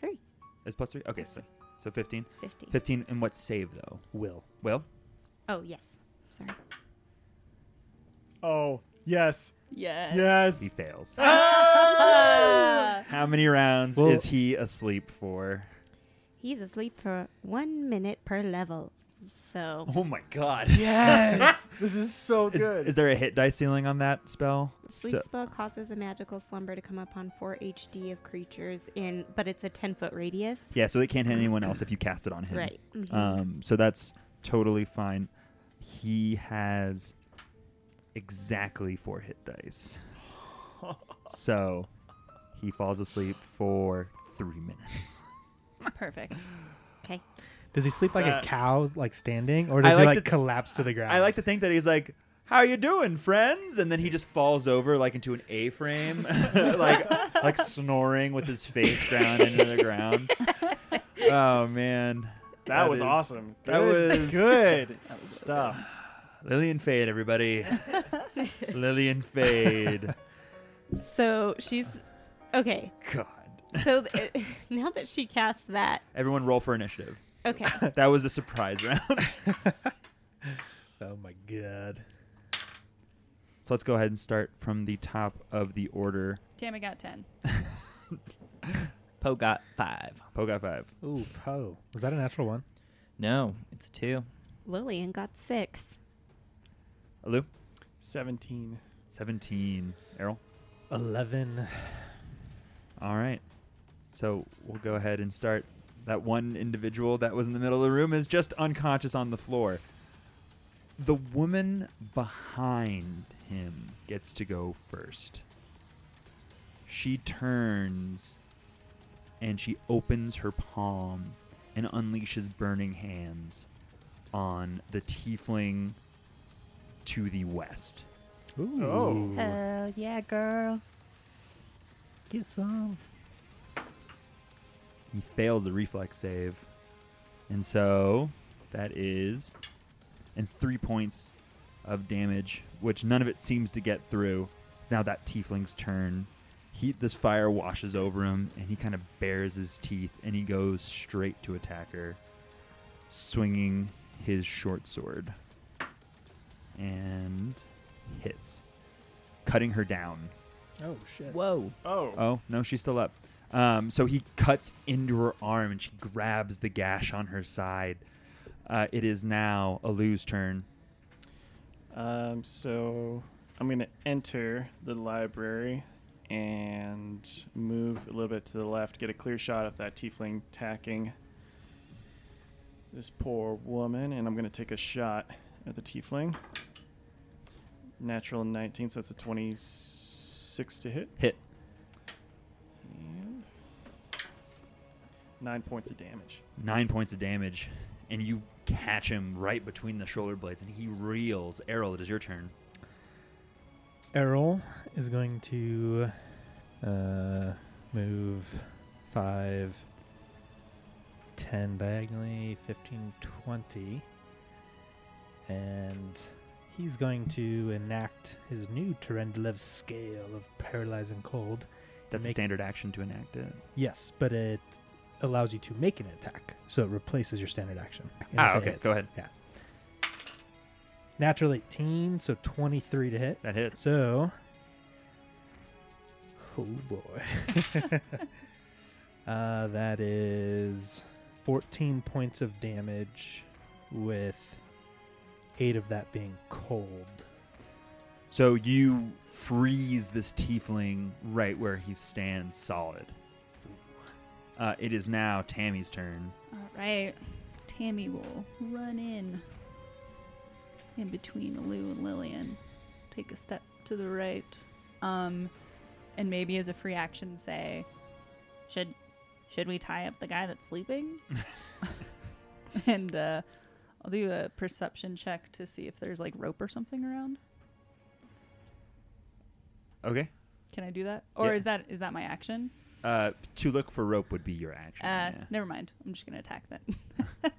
F: Three.
A: It's plus three. Okay, so so 15.
F: 15.
A: 15 and what save though?
D: Will.
A: Well,
F: Oh, yes. Sorry.
C: Oh, yes.
B: Yes.
A: he
C: Yes.
A: fails.
B: Ah!
A: How many rounds
D: Well-
A: is he asleep for?
F: He's asleep for one minute per level. So,
A: Oh my god.
C: Yes. this is so
A: Is,
C: good.
A: is there a hit die ceiling on that spell?
F: sleep
A: So-
F: spell causes a magical slumber to come upon 4 HD of creatures in, but it's a 10 foot radius.
A: yeah, so it can't hit anyone else if you cast it on him.
F: Right. mhm.
A: Um, so that's totally fine. He has exactly four hit dice. so he falls asleep for three minutes.
B: Perfect.
F: okay.
D: Does he sleep like
C: That-
D: a cow, like standing,
A: Uh,
D: or
A: I
D: does he
A: like
D: like
A: to-
D: collapse to the ground?
A: I like to think that he's like, "How you doing, friends?" And then he just falls over like into an A-frame, like like snoring with his face down into the ground. Oh man,
C: that, was
A: is-
C: awesome.
A: that
C: Good-
A: was-
C: good stuff.
A: Lillian Fade, everybody. Lillian Fade.
F: So she's. Okay.
A: God,
F: So th- now that she casts that.
A: everyone, roll for initiative.
F: Okay.
A: That was the surprise round. so
D: Oh my god.
A: let's go ahead and start from the top of the order.
B: Tammy got 10.
E: Poe got five.
A: Poe got five.
D: Ooh, Poe. Was that a natural one?
E: No, it's a two.
F: Lillian got 6.
A: Alu,
C: 17.
A: seventeen. Errol.
D: Eleven.
A: All right. So we'll go ahead and start. That one individual that was in the middle of the room is just unconscious on the floor. The woman behind him gets to go first. She turns and she opens her palm and unleashes burning hands on the tiefling to the west.
D: Ooh.
C: Oh.
E: Hell yeah, girl.
D: Get some.
A: He fails the reflex save. And so that is and three points of damage, which none of it seems to get through. It's now that tiefling's turn. He this fire washes over him and he kind of bares his teeth and he goes straight to attack her, swinging his short sword. And hits, cutting her down.
D: Oh shit.
E: Whoa.
C: Oh.
A: Oh no, she's still up. Um, so he cuts into her arm, and she grabs the gash on her side. Uh, it is now Alu's turn.
C: Um, so I'm going to enter the library and move a little bit to the left, get a clear shot of that tiefling tacking this poor woman, and I'm going to take a shot at the tiefling. Natural 19, so that's a 26 to hit.
A: Hit.
C: And nine points of damage.
A: nine points of damage, and you catch him right between the shoulder blades, and he reels. Errol, it is your turn.
D: Errol is going to uh, move five, ten diagonally, 15, 20. And he's going to enact his new Turendelev scale of paralyzing cold.
A: That's a
D: Make-
A: standard action to enact it.
D: Yes, but it allows you to make an attack, so it replaces your standard action. And
A: Ah,
D: if it
A: okay,
D: hits-
A: go ahead.
D: Yeah. Natural 18, so 23 to hit.
A: That hits.
D: So, oh boy, uh, that is 14 points of damage, with eight of that being cold.
A: So you freeze this tiefling right where he stands solid. Uh, it is now Tammy's turn.
B: All right. Tammy will run in in between Lou and Lillian. Take a step to the right. Um and maybe as a free action say should should we tie up the guy that's sleeping? and uh I'll do a perception check to see if there's like rope or something around.
A: Okay.
B: Can I do that? Or
A: Yeah.
B: is that is that my action?
A: Uh, to look for rope would be your action.
B: Uh,
A: yeah.
B: never mind. I'm just gonna attack that.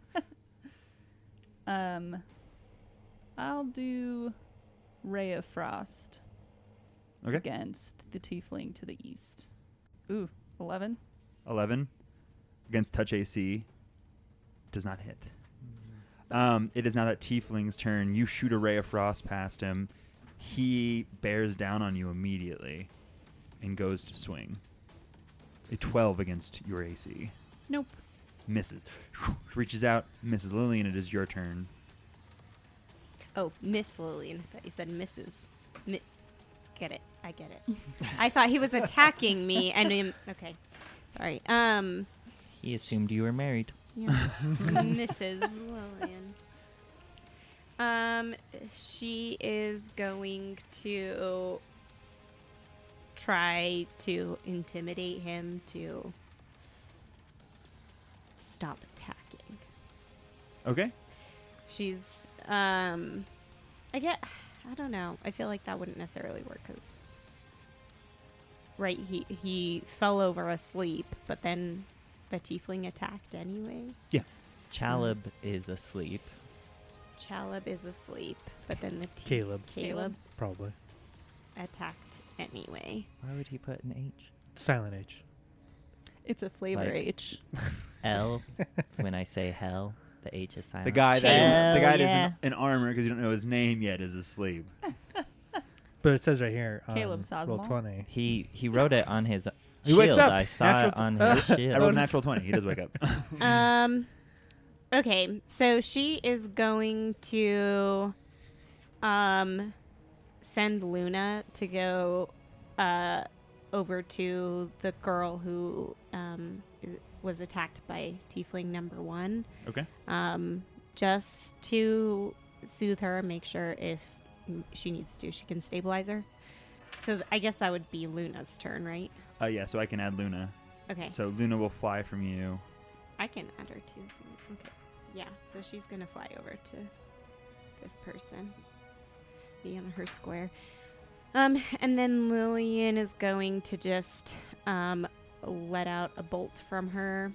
B: um, I'll do Ray of Frost
A: Okay.
B: against the Tiefling to the east. Ooh, eleven.
A: 11 against touch AC does not hit. Um, it is now that Tiefling's turn. You shoot a ray of frost past him. He bears down on you immediately and goes to swing. A 12 against your AC.
B: Nope.
A: Misses. Reaches out, misses Lillian. It is your turn.
F: Oh, Miss Lillian. I thought you said Mrs. Mi- get it. I get it. I thought he was attacking me and him. Okay. Sorry. Um,
E: He assumed you were married.
F: yeah. Mrs. Lillian. Um, she is going to try to intimidate him to stop attacking.
A: Okay.
F: She's um I get I don't know. I feel like that wouldn't necessarily work cuz right he he fell over asleep, but then the tiefling attacked anyway.
E: Chalib is asleep.
F: Chalib is asleep, but then the t-
D: Caleb,
F: Caleb
D: probably.
F: attacked anyway.
E: Why would he put an H?
D: Silent H.
B: It's a flavor
E: Like-
B: H.
E: L. when I say hell, the H is silent.
A: The guy that
E: Hell
A: the guy
E: yeah.
A: that is in, in armor because you don't know his name yet is asleep.
D: But it says right here, on
B: Caleb
D: roll
B: Sazmal.
D: 20.
E: He he wrote it on his
A: He
E: shield.
A: wakes up.
E: I saw
A: Natural
E: it on
A: tw-
E: his
A: I rolled a
E: shield.
A: natural 20. He does wake up.
F: um okay, so she is going to um send Luna to go uh over to the girl who um i- was attacked by tiefling number 1
A: okay.
F: um just to soothe her and make sure if m- she needs to she can stabilize her. So th- I guess that would be Luna's turn, right?
A: Uh, yeah, so I can add Luna.
F: Okay.
A: So Luna will fly from you.
F: I can add her too. Okay. Yeah, so she's gonna fly over to this person. Be on her square. Um, and then Lillian is going to just um let out a bolt from her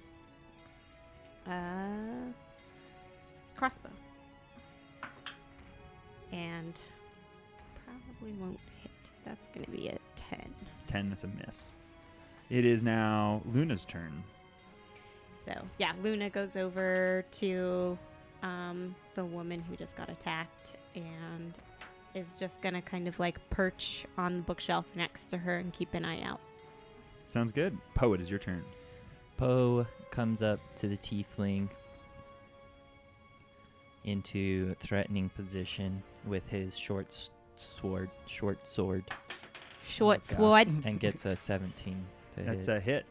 F: uh crossbow. And probably won't hit. That's gonna be a ten.
A: 10 that's a miss it is now luna's turn
F: So yeah, Luna goes over to um, the woman who just got attacked and is just gonna kind of like perch on the bookshelf next to her and keep an eye out.
A: sounds good poet is your turn
E: Poe comes up to the tiefling into threatening position with his short s- sword, short sword,
F: Short
E: gosh.
F: sword.
E: and gets a 17 to
A: that's
E: hit
A: a hit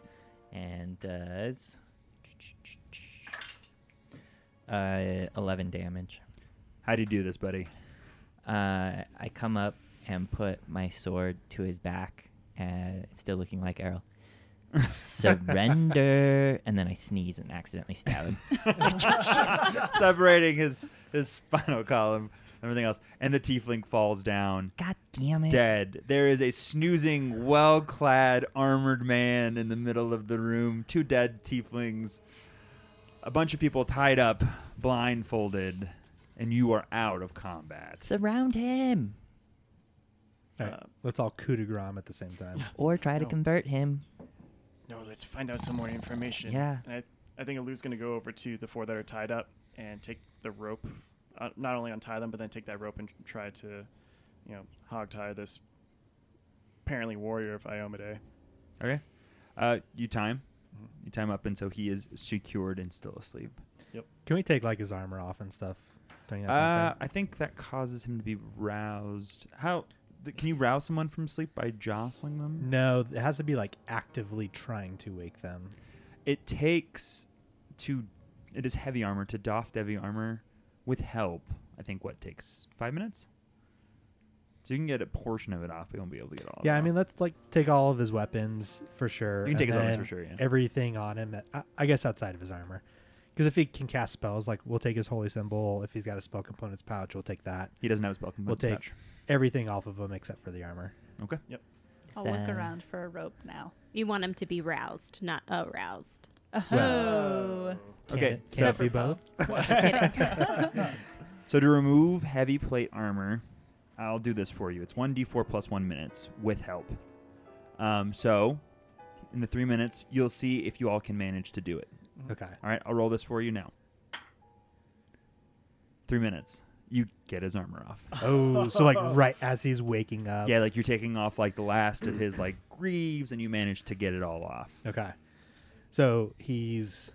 E: and does uh, 11 damage.
A: how do you do this buddy
E: Uh, I come up and put my sword to his back, and still looking like Errol. Surrender, and then I sneeze and accidentally stab him.
A: separating his his spinal column everything else and the tiefling falls down
E: God damn it!
A: dead there is a snoozing well-clad armored man in the middle of the room two dead tieflings a bunch of people tied up blindfolded and you are out of combat
E: Surround him,
D: All
C: Uh,
D: right, let's all coup de grace at the same time.
E: or try to
C: No.
E: convert him.
C: No, let's find out some more information.
E: Yeah.
C: And I, I think Alu's going to go over to the four that are tied up and take the rope, uh, not only untie them, but then take that rope and try to, you know, hog tie this apparently warrior of Iomade.
A: Okay. Uh, you time.
D: Mm-hmm.
A: You time up, and so he is secured and still asleep.
D: Can we take like his armor off and stuff? during that time
A: Uh,
D: frame?
A: I think that causes him to be roused. How th- can you rouse someone from sleep by jostling them?
D: no, it has to be like actively trying to wake them.
A: It takes to. It is heavy armor to doff heavy armor with help. I think what takes five minutes. So you can get a portion of it off. We won't be able to get all. of
D: yeah,
A: it
D: I mean, uh,
A: off.
D: let's like take all of his weapons for sure.
A: you can
D: and
A: take his armor
D: then
A: for sure. Yeah.
D: Everything on him, I, I guess, outside of his armor, because if he can cast spells, like we'll take his holy symbol. If he's got a spell components pouch, we'll take that.
A: He doesn't have his spell
D: We'll
A: component
D: take
A: touch.
D: everything off of him except for the armor.
A: Okay.
C: Yep.
B: I'll look
E: So-
B: around for a rope now.
F: You want him to be roused, not aroused.
B: Oh.
E: Can
A: Okay,
E: it- can it
A: so-
E: be both?
A: So to remove heavy plate armor, I'll do this for you. It's 1d4 plus 1 minutes with help. Um, so in the 3 minutes, you'll see if you all can manage to do it.
D: Okay.
A: All right, I'll roll this for you now. 3 minutes. You get his armor off.
D: Oh, so like right as he's waking up.
A: Yeah, like you're taking off like the last of his like greaves and you manage to get it all off.
D: Okay. So he's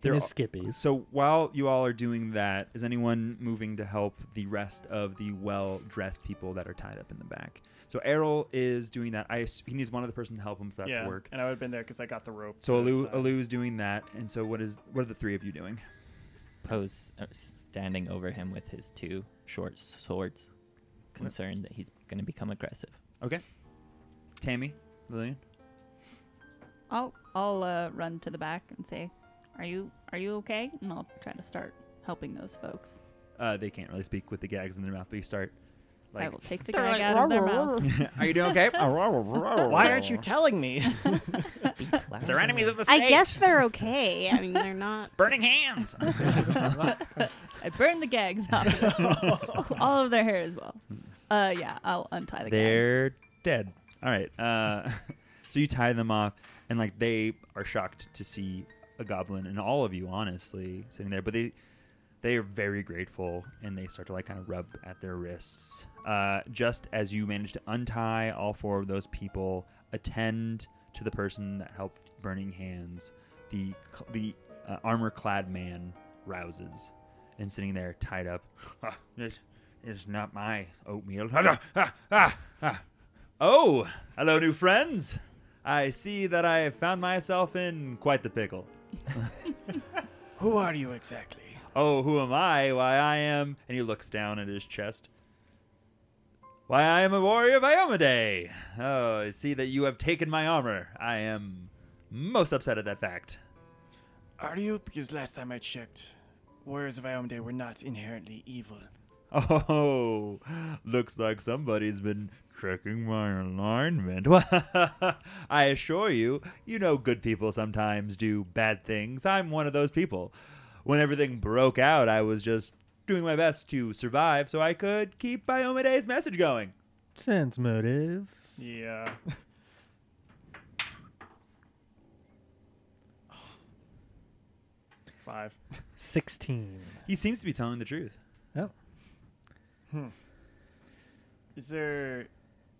A: There
D: in his
A: are-
D: skippies.
A: So while you all are doing that, is anyone moving to help the rest of the well-dressed people that are tied up in the back? So Errol is doing that. I ass- he needs one other person to help him for that
C: yeah,
A: to work.
C: and I would have been there because I got the rope.
A: So
C: ahead of
A: Alu
C: time.
A: Alu's doing that, and so what is what are the three of you doing?
E: Poe's uh, standing over him with his two short swords, concerned that he's going to become aggressive.
A: Okay, Tammy, Lillian.
B: I'll I'll uh, run to the back and say, "Are you are you okay?" And I'll try to start helping those folks.
A: Uh, they can't really speak with the gags in their mouth, but you start
B: I
A: like,
B: will take the
C: They're
B: gag
C: like,
B: out of their
C: "Rah, rah,
B: mouth.
A: are you doing okay?
C: Oh, Why aren't you telling me?
E: Speak
C: They're enemies of the state.
F: I guess they're okay. I mean, they're not.
A: burning hands.
B: I burn the gags off of them. all of their hair as well. Uh, yeah, I'll untie the gags.
A: They're dead. All right. Uh, so you tie them off, and like they are shocked to see a goblin and all of you, honestly, sitting there. But they they are very grateful, and they start to like kind of rub at their wrists. Uh, just as you manage to untie all four of those people, attend to the person that helped Burning Hands. The cl- the uh, armor-clad man rouses, and sitting there tied up. "Ah, this is not my oatmeal. Ah, ah, ah, ah. Oh, hello, new friends. I see that I have found myself in quite the pickle.
C: Who are you exactly?
A: Oh, who am I? Why, I am. And he looks down at his chest. Why, I am a warrior of Iomade. Oh, I see that you have taken my armor. I am most upset at that fact.
C: Are you? Because last time I checked, warriors of Iomde were not inherently evil.
A: Oh, looks like somebody's been checking my alignment. I assure you, you know, good people sometimes do bad things. I'm one of those people. When everything broke out, I was just doing my best to survive so I could keep Biomide's message going.
D: Sense motive.
C: Yeah. Five.
D: 16.
A: He seems to be telling the truth.
D: Oh.
C: Is there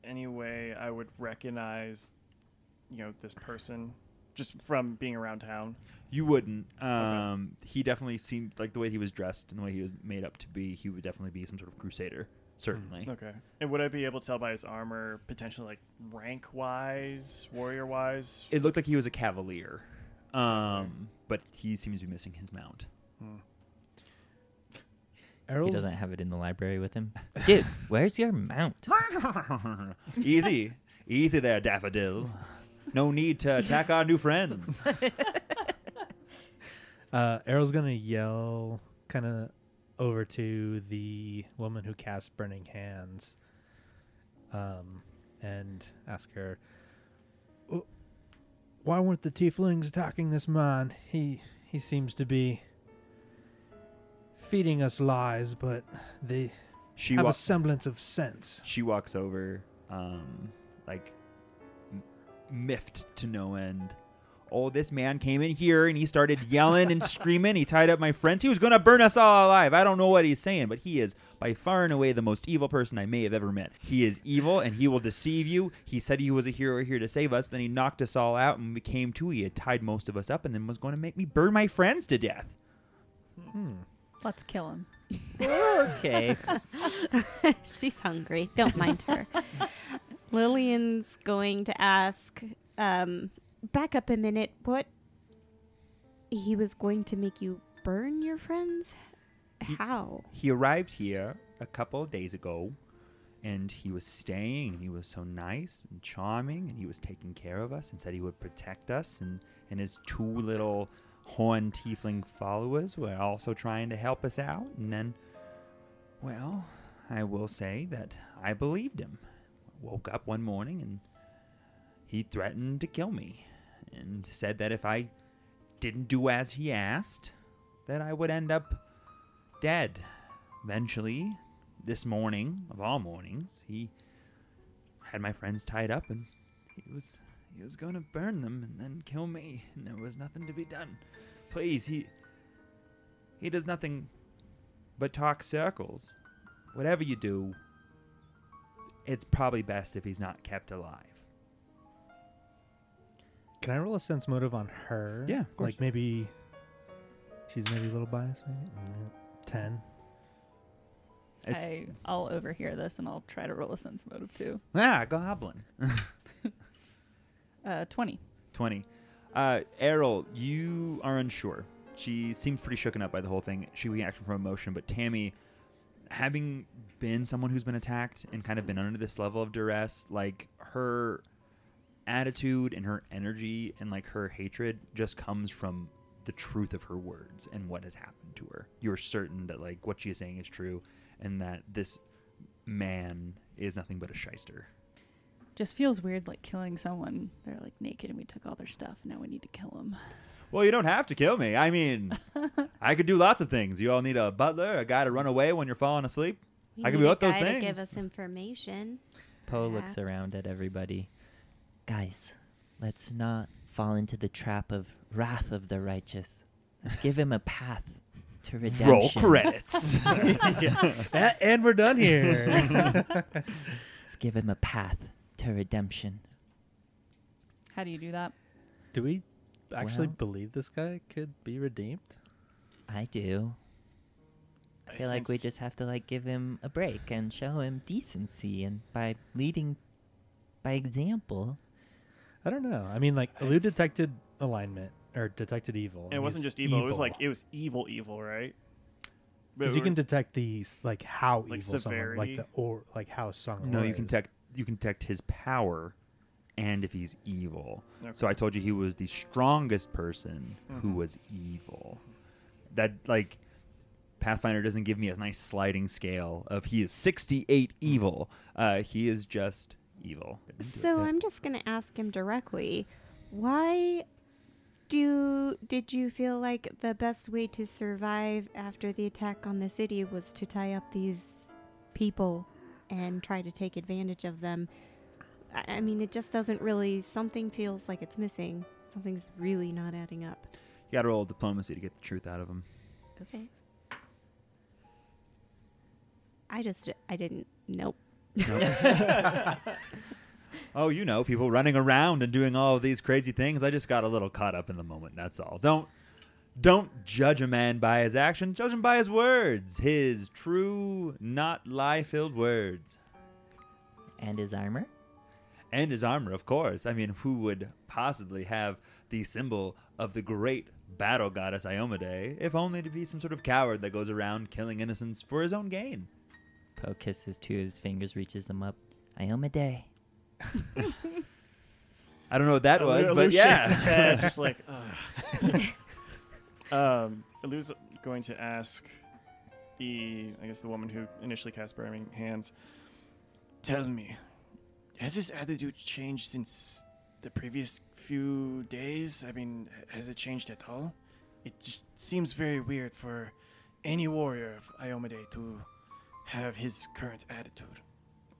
C: any way I would recognize, you know, this person just from being around town?
A: You wouldn't. Um, He definitely seemed like the way he was dressed and the way he was made up to be, he would definitely be some sort of crusader, certainly.
C: Okay. And would I be able to tell by his armor, potentially like rank wise, warrior wise?
A: it looked like he was a cavalier um but he seems to be missing his mount
E: He
D: Errol's,
E: doesn't have it in the library with him. Dude, where's your mount?
A: easy easy there daffodil no need to attack our new friends
D: uh, Errol's going to yell kind of over to the woman who cast Burning Hands um, and ask her, "Wh- Why weren't the tieflings attacking this man? He, he seems to be feeding us lies, but they
A: she
D: have
A: wa-
D: a semblance of sense.
A: she walks over um like m- miffed to no end oh this man came in here and he started yelling and screaming he tied up my friends he was gonna burn us all alive i don't know what he's saying but he is by far and away the most evil person i may have ever met he is evil and he will deceive you he said he was a hero here to save us then he knocked us all out and became two he had tied most of us up and then was going to make me burn my friends to death
B: Let's kill him.
E: okay.
F: She's hungry. Don't mind her. Lillian's going to ask, um, back up a minute. What? He was going to make you burn your friends? How?
A: he arrived here a couple of days ago and he was staying and he was so nice and charming and he was taking care of us and said he would protect us and, and his two little horn tiefling followers were also trying to help us out and then well i will say that i believed him woke up one morning and he threatened to kill me and said that if I didn't do as he asked, that I would end up dead. Eventually, this morning of all mornings, he had my friends tied up and he was he was going to burn them and then kill me and there was nothing to be done. Please, he he does nothing but talk circles. Whatever you do, it's probably best if he's not kept alive.
D: Can I roll a sense motive on her?
A: Yeah, of course.
D: Like maybe she's maybe a little biased. Maybe No. ten.
A: It's
B: I, I'll overhear this and I'll try to roll a sense motive too.
A: ah, goblin.
B: Uh, 20.
A: 20. Uh, Errol, you are unsure. She seems pretty shooken up by the whole thing. She would action from emotion, but Tammy, having been someone who's been attacked and kind of been under this level of duress, like her attitude and her energy and like her hatred just comes from the truth of her words and what has happened to her. You're certain that like what she is saying is true and that this man is nothing but a shyster.
B: Just feels weird like killing someone. They're like naked and we took all their stuff and now we need to kill them.
A: Well, you don't have to kill me. I mean, I could do lots of things. You all need a butler, a guy to run away when you're falling asleep.
F: We
A: I could
F: need
A: be
F: a
A: both those
F: guy to
A: things.
F: give us information.
E: Poe looks
F: Perhaps.
E: around at everybody. Guys, let's not fall into the trap of wrath of the righteous. Let's give him a path to redemption.
A: Roll credits.
D: A- and we're done here.
E: Let's give him a path to redemption.
B: How do you do that?
D: Do we actually
E: Well-
D: believe this guy could be redeemed?
E: I do. I feel like we
C: sense-
E: just have to like give him a break and show him decency and by leading by example.
D: I don't know. I mean, like Lou detected alignment or detected evil.
C: And it wasn't just evil, It was like it was evil, evil, right? But
D: because you
C: we're-
D: can detect these like how
C: Like
D: evil someone, like
C: severity?
D: the or like how strong.
A: no,
D: aura
A: you can
D: is.
A: detect you can detect his power and if he's evil.
C: Okay.
A: So I told you he was the strongest person who
C: Mhm.
A: was evil. That like Pathfinder doesn't give me a nice sliding scale of he is 68 evil. Uh, he is just evil.
F: So
D: Yeah.
F: I'm just going to ask him directly. Why do did you feel like the best way to survive after the attack on the city was to tie up these people and try to take advantage of them? I, I mean, it just doesn't really. Something feels like it's missing. Something's really not adding up.
A: You got to roll diplomacy to get the truth out of him.
F: Okay. I just I didn't. Nope.
A: Oh, you know, people running around and doing all of these crazy things. I just got a little caught up in the moment. That's all. Don't don't judge a man by his action. Judge him by his words. His true, not lie-filled words.
E: And his armor?
A: And his armor, of course. I mean, who would possibly have the symbol of the great battle goddess Iomade if only to be some sort of coward that goes around killing innocents for his own gain?
E: Poe kisses two of his fingers, reaches them up. I am a day.
A: I don't know what that
C: Uh,
A: was,
C: Lou- Lou
A: but
C: shakes
A: yeah.
C: his head, just like. ugh. um, Lou's going to ask the, I guess, the woman who initially cast burning hands. Tell me, has his attitude changed since the previous few days? I mean, h- has it changed at all? It just seems very weird for any warrior of Iomade to have his current attitude.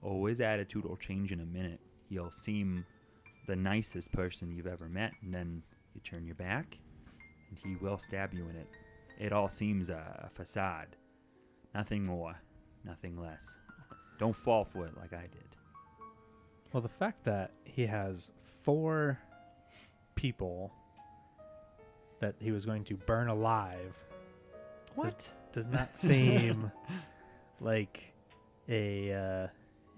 A: Oh, his attitude will change in a minute. He'll seem the nicest person you've ever met, and then you turn your back, and he will stab you in it. It all seems a, a facade. Nothing more, nothing less. Don't fall for it like I did.
D: Well, the fact that he has four people that he was going to burn alive What? does not seem like a uh,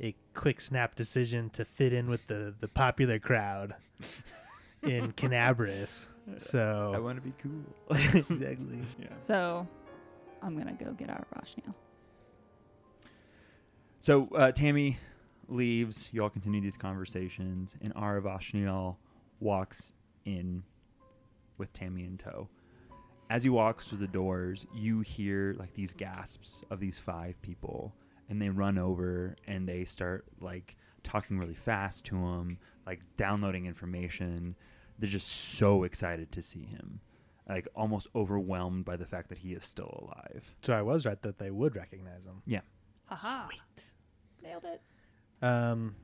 D: a quick snap decision to fit in with the the popular crowd in Canabras.
A: I
D: So
A: want to be cool.
D: exactly.
C: Yeah.
B: So I'm going to go get our Roshnail.
A: So uh, Tammy leaves. Y'all continue these conversations, and Aravashniel walks in with Tammy in tow. As he walks through the doors, you hear like these gasps of these five people, and they run over and they start like talking really fast to him, like downloading information. They're just so excited to see him, like almost overwhelmed by the fact that he is still alive.
D: So I was right that they would recognize him.
B: Haha. Nailed it.
D: Um,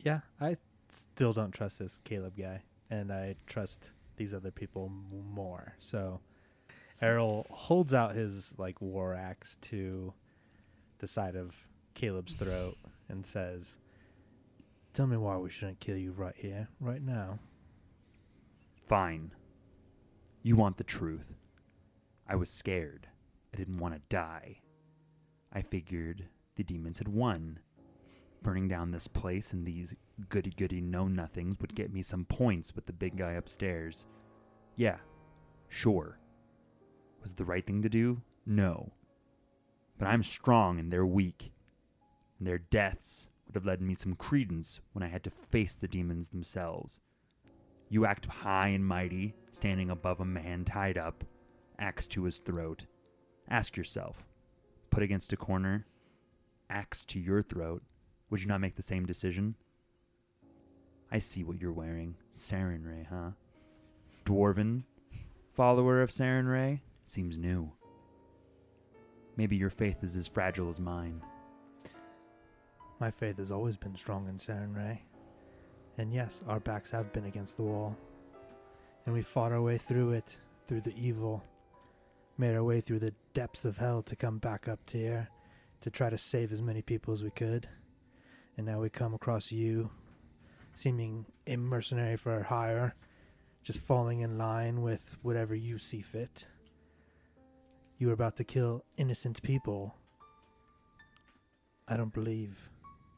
D: yeah, I still don't trust this Caleb guy, and I trust these other people m- more. So Errol holds out his like war axe to the side of Caleb's throat and says, "Tell me why we shouldn't kill you right here, right now."
A: Fine. You want the truth. I was scared. I didn't want to die. I figured the demons had won. Burning down this place and these goody goody know nothings would get me some points with the big guy upstairs. Yeah, sure. Was it the right thing to do? No. But I'm strong and they're weak. And their deaths would have led me some credence when I had to face the demons themselves. You act high and mighty, standing above a man tied up, axe to his throat. Ask yourself, put against a corner, axe to your throat, would you not make the same decision? I see what you're wearing. Saren Ray, huh? Dwarven? Follower of Saren Ray? Seems new. Maybe your faith is as fragile as mine.
D: My faith has always been strong in Saren Ray. And yes, our backs have been against the wall. And we fought our way through it, through the evil. Made our way through the depths of hell to come back up to here, to try to save as many people as we could. And now we come across you, seeming a mercenary for hire, just falling in line with whatever you see fit. You are about to kill innocent people. I don't believe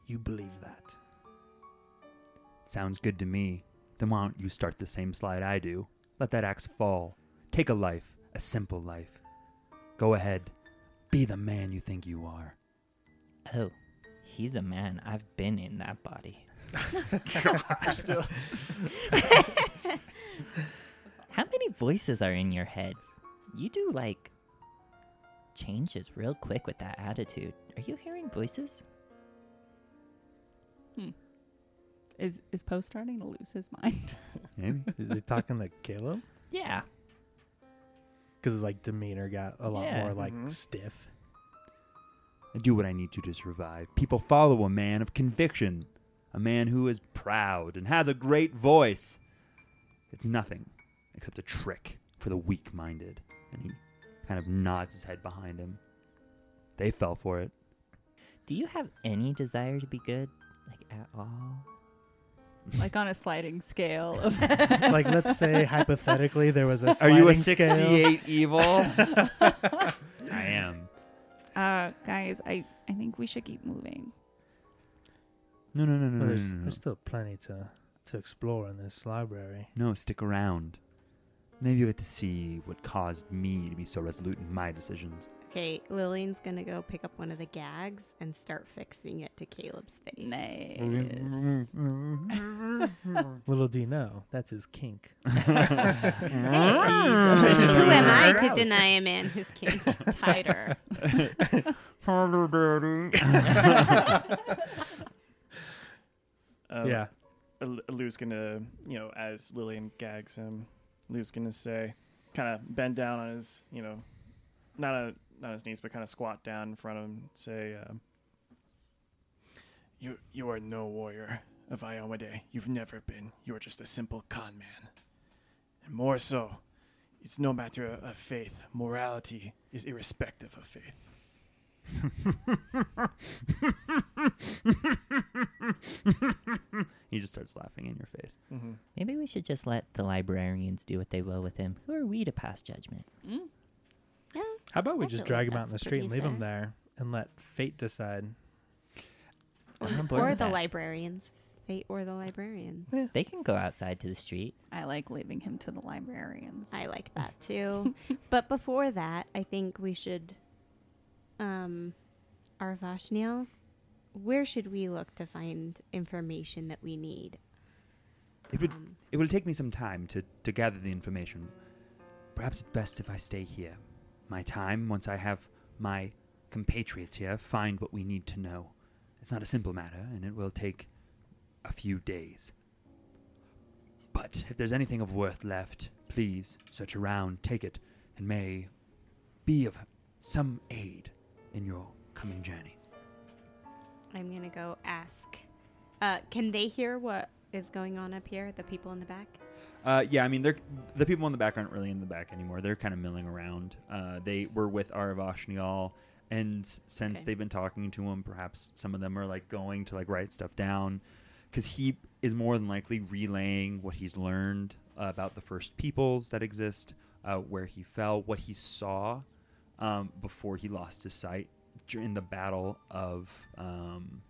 D: you believe that.
A: Sounds good to me. Then why don't you start the same slide I do? Let that axe fall. Take a life, a simple life. Go ahead. Be the man you think you are.
E: Oh, he's a man. I've been in that body. How many voices are in your head? You do like changes real quick with that attitude. Are you hearing voices?
B: Is is Poe starting to lose his mind?
A: Maybe.
D: Is he talking to Caleb?
E: Yeah.
D: Because his like demeanor got a lot
E: Yeah.
D: more like
F: Mm-hmm.
C: Mhm.
D: stiff.
A: I do what I need to to survive. People follow a man of conviction, a man who is proud and has a great voice. It's nothing except a trick for the weak minded. And he kind of nods his head behind him. They fell for it.
E: Do you have any desire to be good, like at all?
B: like on a sliding scale of
D: like let's say hypothetically there was a
A: Are
D: sliding
A: you a
D: scale.
A: 68 evil? I am.
B: uh guys, I I think we should keep moving.
A: No, no, no, no,
D: Well,
A: no,
D: Oh, there's,
A: no, no.
D: there's still plenty to to explore in this library.
A: No, stick around. Maybe you get to see what caused me to be so resolute in my decisions.
F: Okay, Lillian's gonna go pick up one of the gags and start fixing it to Caleb's face.
E: Mm-hmm.
B: Nice.
D: Little do you know, that's his kink.
F: Who am I to deny a man his kink?
B: Tighter.
F: Oh.
C: Um,
D: yeah.
C: Al- Lou's gonna, you know, as Lillian gags him, Lou's gonna say, kind of bend down on his, you know, not a, not his knees, but kind of squat down in front of him, and say, um, "You you are no warrior of Iomade. You've never been. You are just a simple con man, and more so, it's no matter of faith. Morality is irrespective of faith."
A: he just starts laughing in your face.
C: Mm-hmm.
E: Maybe we should just let the librarians do what they will with him. Who are we to pass judgment?
B: Mm.
F: Yeah.
D: How about we
F: I
D: just
F: feel
D: drag
F: like
D: him out in the
F: that's
D: street and
F: pretty
D: leave him there and let fate decide?
E: I'm on board
F: Or
E: with
F: the
E: that.
F: librarians. Fate or the librarians.
E: They can go outside to the street.
B: I like leaving him to the librarians.
F: I like that too. but before that, I think we should um Arvashnil, where should we look to find information that we need?
A: It would
F: Um,
A: it will take me some time to, to gather the information. Perhaps it's best if I stay here. My time, once I have my compatriots here, find what we need to know. It's not a simple matter, and it will take a few days. But if there's anything of worth left, please search around, take it, and may be of some aid in your coming journey.
F: I'm gonna go ask. Uh, can they hear what is going on up here? The people in the back.
A: Uh, yeah, I mean, they're the people in the back aren't really in the back anymore. They're kind of milling around. Uh, they were with Aravashnial, and since
F: Okay.
A: they've been talking to him, perhaps some of them are like going to like write stuff down, because he is more than likely relaying what he's learned about the first peoples that exist, uh, where he fell, what he saw um, before he lost his sight during the battle of um,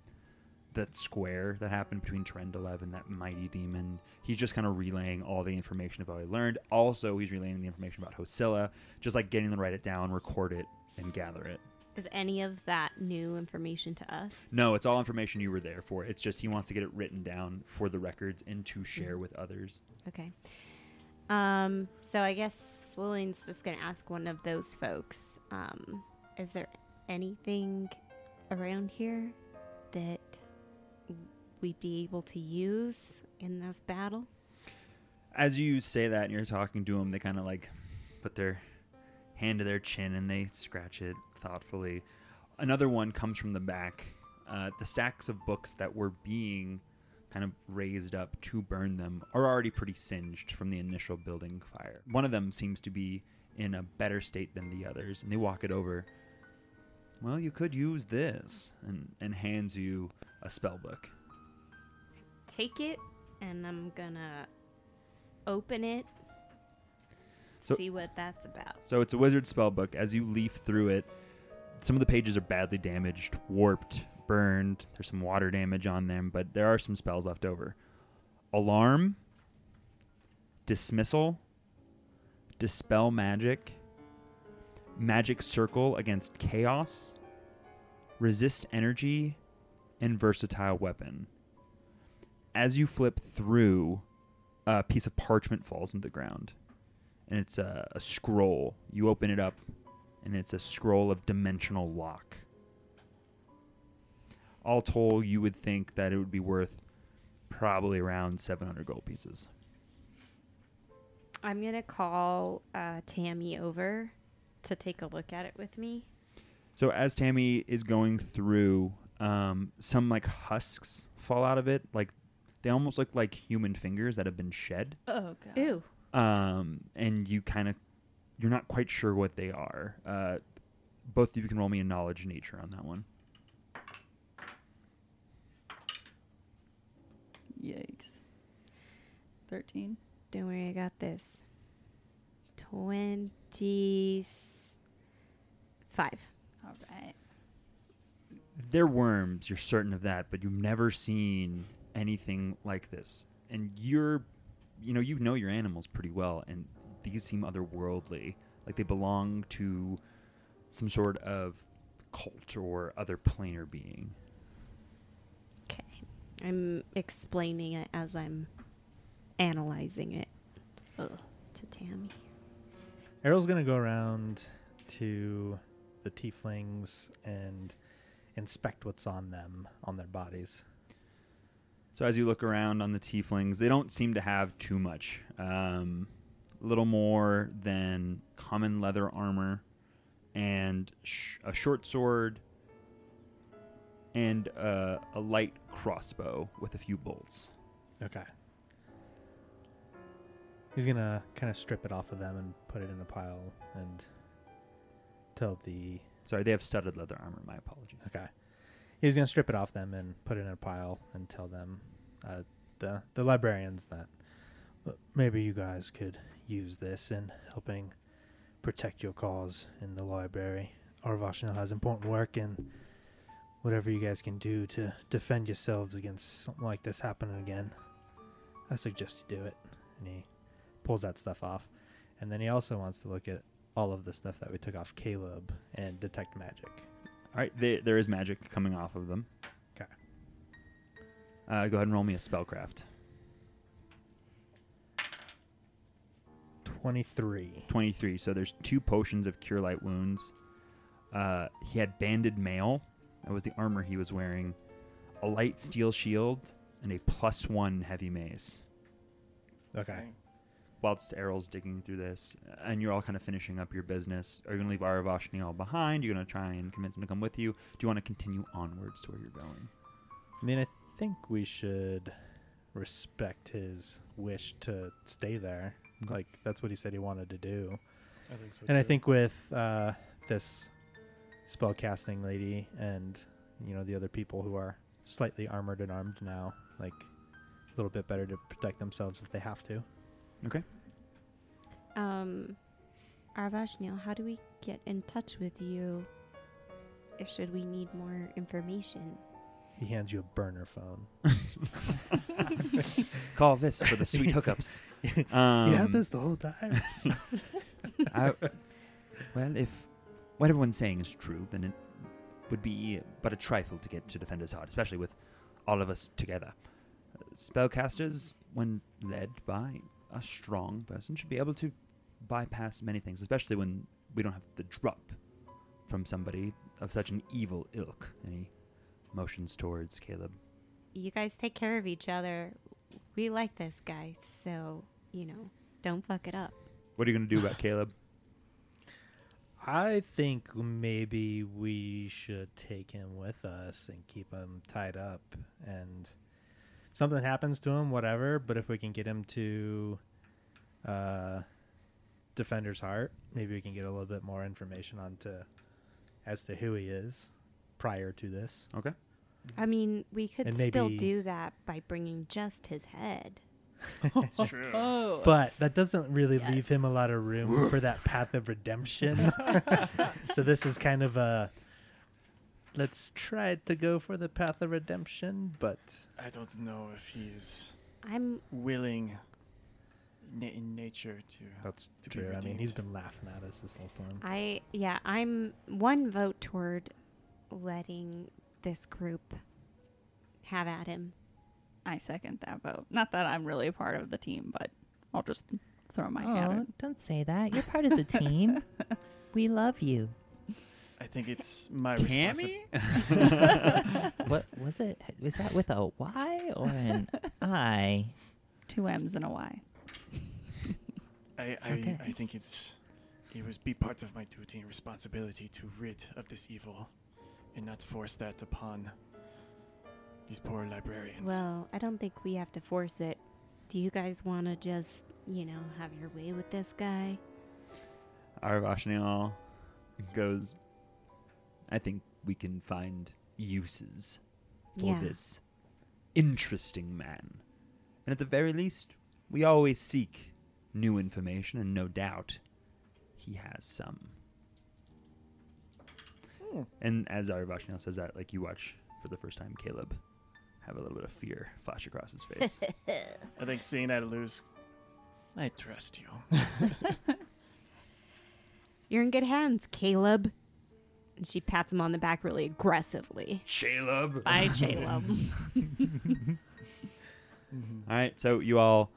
A: that square that happened between Trendelev and that mighty demon. He's just kind of relaying all the information about what he learned. Also, he's relaying the information about Hosilla, just like getting them to write it down, record it, and gather it.
F: Is any of that new information to us?
A: No, it's all information you were there for. It's just he wants to get it written down for the records and to share with others.
F: Okay. Um, so I guess Lillian's just gonna ask one of those folks. Um, is there anything around here that we'd be able to use in this battle?
A: As you say that and you're talking to him, they kind of like put their hand to their chin and they scratch it thoughtfully. Another one comes from the back. Uh, the stacks of books that were being kind of raised up to burn them are already pretty singed from the initial building fire. One of them seems to be in a better state than the others, and they walk it over. Well, you could use this, and, and hands you a spell book.
F: Take it, and I'm gonna open it.
A: So-
F: see what that's about.
A: So it's a wizard spell book. As you leaf through it, some of the pages are badly damaged, warped, burned. There's some water damage on them, but there are some spells left over. Alarm, dismissal, dispel magic, magic circle against chaos, resist energy, and versatile weapon. As you flip through, a piece of parchment falls into the ground and it's a, a scroll. You open it up, and it's a scroll of dimensional lock. All told, you would think that it would be worth probably around 700 gold pieces.
F: I'm gonna call uh, Tammy over to take a look at it with me.
A: So as Tammy is going through, um, some like husks fall out of it. Like they almost look like human fingers that have been shed.
B: Oh god.
F: Ooh,
A: um, and you kind of you're not quite sure what they are. Uh, both of you can roll me a knowledge nature on that one.
B: Yikes. Thirteen.
F: don't worry, I got this. Twenty-five.
B: All right.
A: they're worms, you're certain of that, but you've never seen anything like this. And you're, you know, you know your animals pretty well, and these seem otherworldly. Like they belong to some sort of cult or other planar being.
F: Okay, I'm explaining it as I'm analyzing it to Tammy.
D: Errol's gonna go around to the tieflings and inspect what's on them, on their bodies.
A: So as you look around on the tieflings, they don't seem to have too much. Um, little more than common leather armor, and sh- a short sword, and uh, a light crossbow with a few bolts.
D: Okay. He's gonna kind of strip it off of them and put it in a pile and tell the
A: Sorry, they have studded leather armor. My apologies.
D: okay. He's gonna strip it off them and put it in a pile and tell them, uh, the the librarians that "Look, maybe you guys could use this in helping protect your cause in the library. Arvashnil has important work and whatever you guys can do to defend yourselves against something like this happening again, I suggest you do it. And he pulls that stuff off. And then he also wants to look at all of the stuff that we took off Caleb and detect magic.
A: All right, they, there is magic coming off of them.
D: 'Kay.
A: Uh, go ahead and roll me a spellcraft.
D: 23.
A: 23. So there's two potions of cure light wounds. Uh, he had banded mail. That was the armor he was wearing. A light steel shield and a plus one heavy mace.
D: Okay.
A: Whilst Errol's digging through this, and you're all kind of finishing up your business, are you going to leave Aravash and all behind? You're going to try and convince him to come with you? Do you want to continue onwards to where you're going?
D: I mean, I think we should respect his wish to stay there.
A: Okay.
D: Like that's what he said he wanted to do.
C: I think so.
D: and I
C: too.
D: think with uh, this spellcasting lady and you know the other people who are slightly armored and armed now, like a little bit better to protect themselves if they have to.
F: Um, Arvashnil, how do we get in touch with you? If should we need more information?
D: He hands you a burner phone.
A: Call this for the sweet hookups. Um,
D: the whole time.
A: I, well, if what everyone's saying is true, then it would be but a trifle to get to Defender's Heart, especially with all of us together. Uh, Spellcasters, when led by a strong person, should be able to bypass many things, especially when we don't have the drop from somebody of such an evil ilk. And he motions towards Caleb.
F: You guys take care of each other. We like this guy, so you know, don't fuck it up.
A: What are you going to do about Caleb?
D: I think maybe we should take him with us and keep him tied up and if something happens to him whatever but if we can get him to uh defender's heart maybe we can get a little bit more information on to as to who he is prior to this
A: Okay.
F: I mean, we could
D: Mm-hmm. And
F: still
D: maybe-
F: do that by bringing just his head.
C: It's true.
B: Oh.
D: but that doesn't really
B: Yes.
D: leave him a lot of room for that path of redemption so this is kind of a let's try to go for the path of redemption but
C: I don't know if he is
F: I'm
C: willing na- in nature to.
D: That's
C: to be
D: true. I mean,
C: redeemed.
D: he's been laughing at us this whole time.
F: I yeah, I'm one vote toward letting this group have at him.
B: I second that vote. Not that I'm really a part of the team, but I'll just throw my hat
E: oh,
B: in.
E: don't say that. You're part of the team. we love you.
C: I think it's my responsibility.
A: Tammy?
E: What was it? Was that with a Y or an I?
B: Two M's and a Y.
C: I, I,
E: Okay.
C: I think it's it would be part of my duty and responsibility to rid of this evil and not force that upon these poor librarians.
F: Well, I don't think we have to force it. Do you guys want to just, you know, have your way with this guy?
A: Arvashnil goes, I think we can find uses for
F: Yeah.
A: this interesting man. And at the very least, we always seek new information, and no doubt he has some.
C: Hmm.
A: And as Arvashnil says that, like you watch for the first time Caleb have a little bit of fear flash across his face.
C: I think seeing that lose, I trust you.
F: You're in good hands, Caleb. And she pats him on the back really aggressively.
A: Caleb!
F: Bye, Caleb.
A: All right, so you all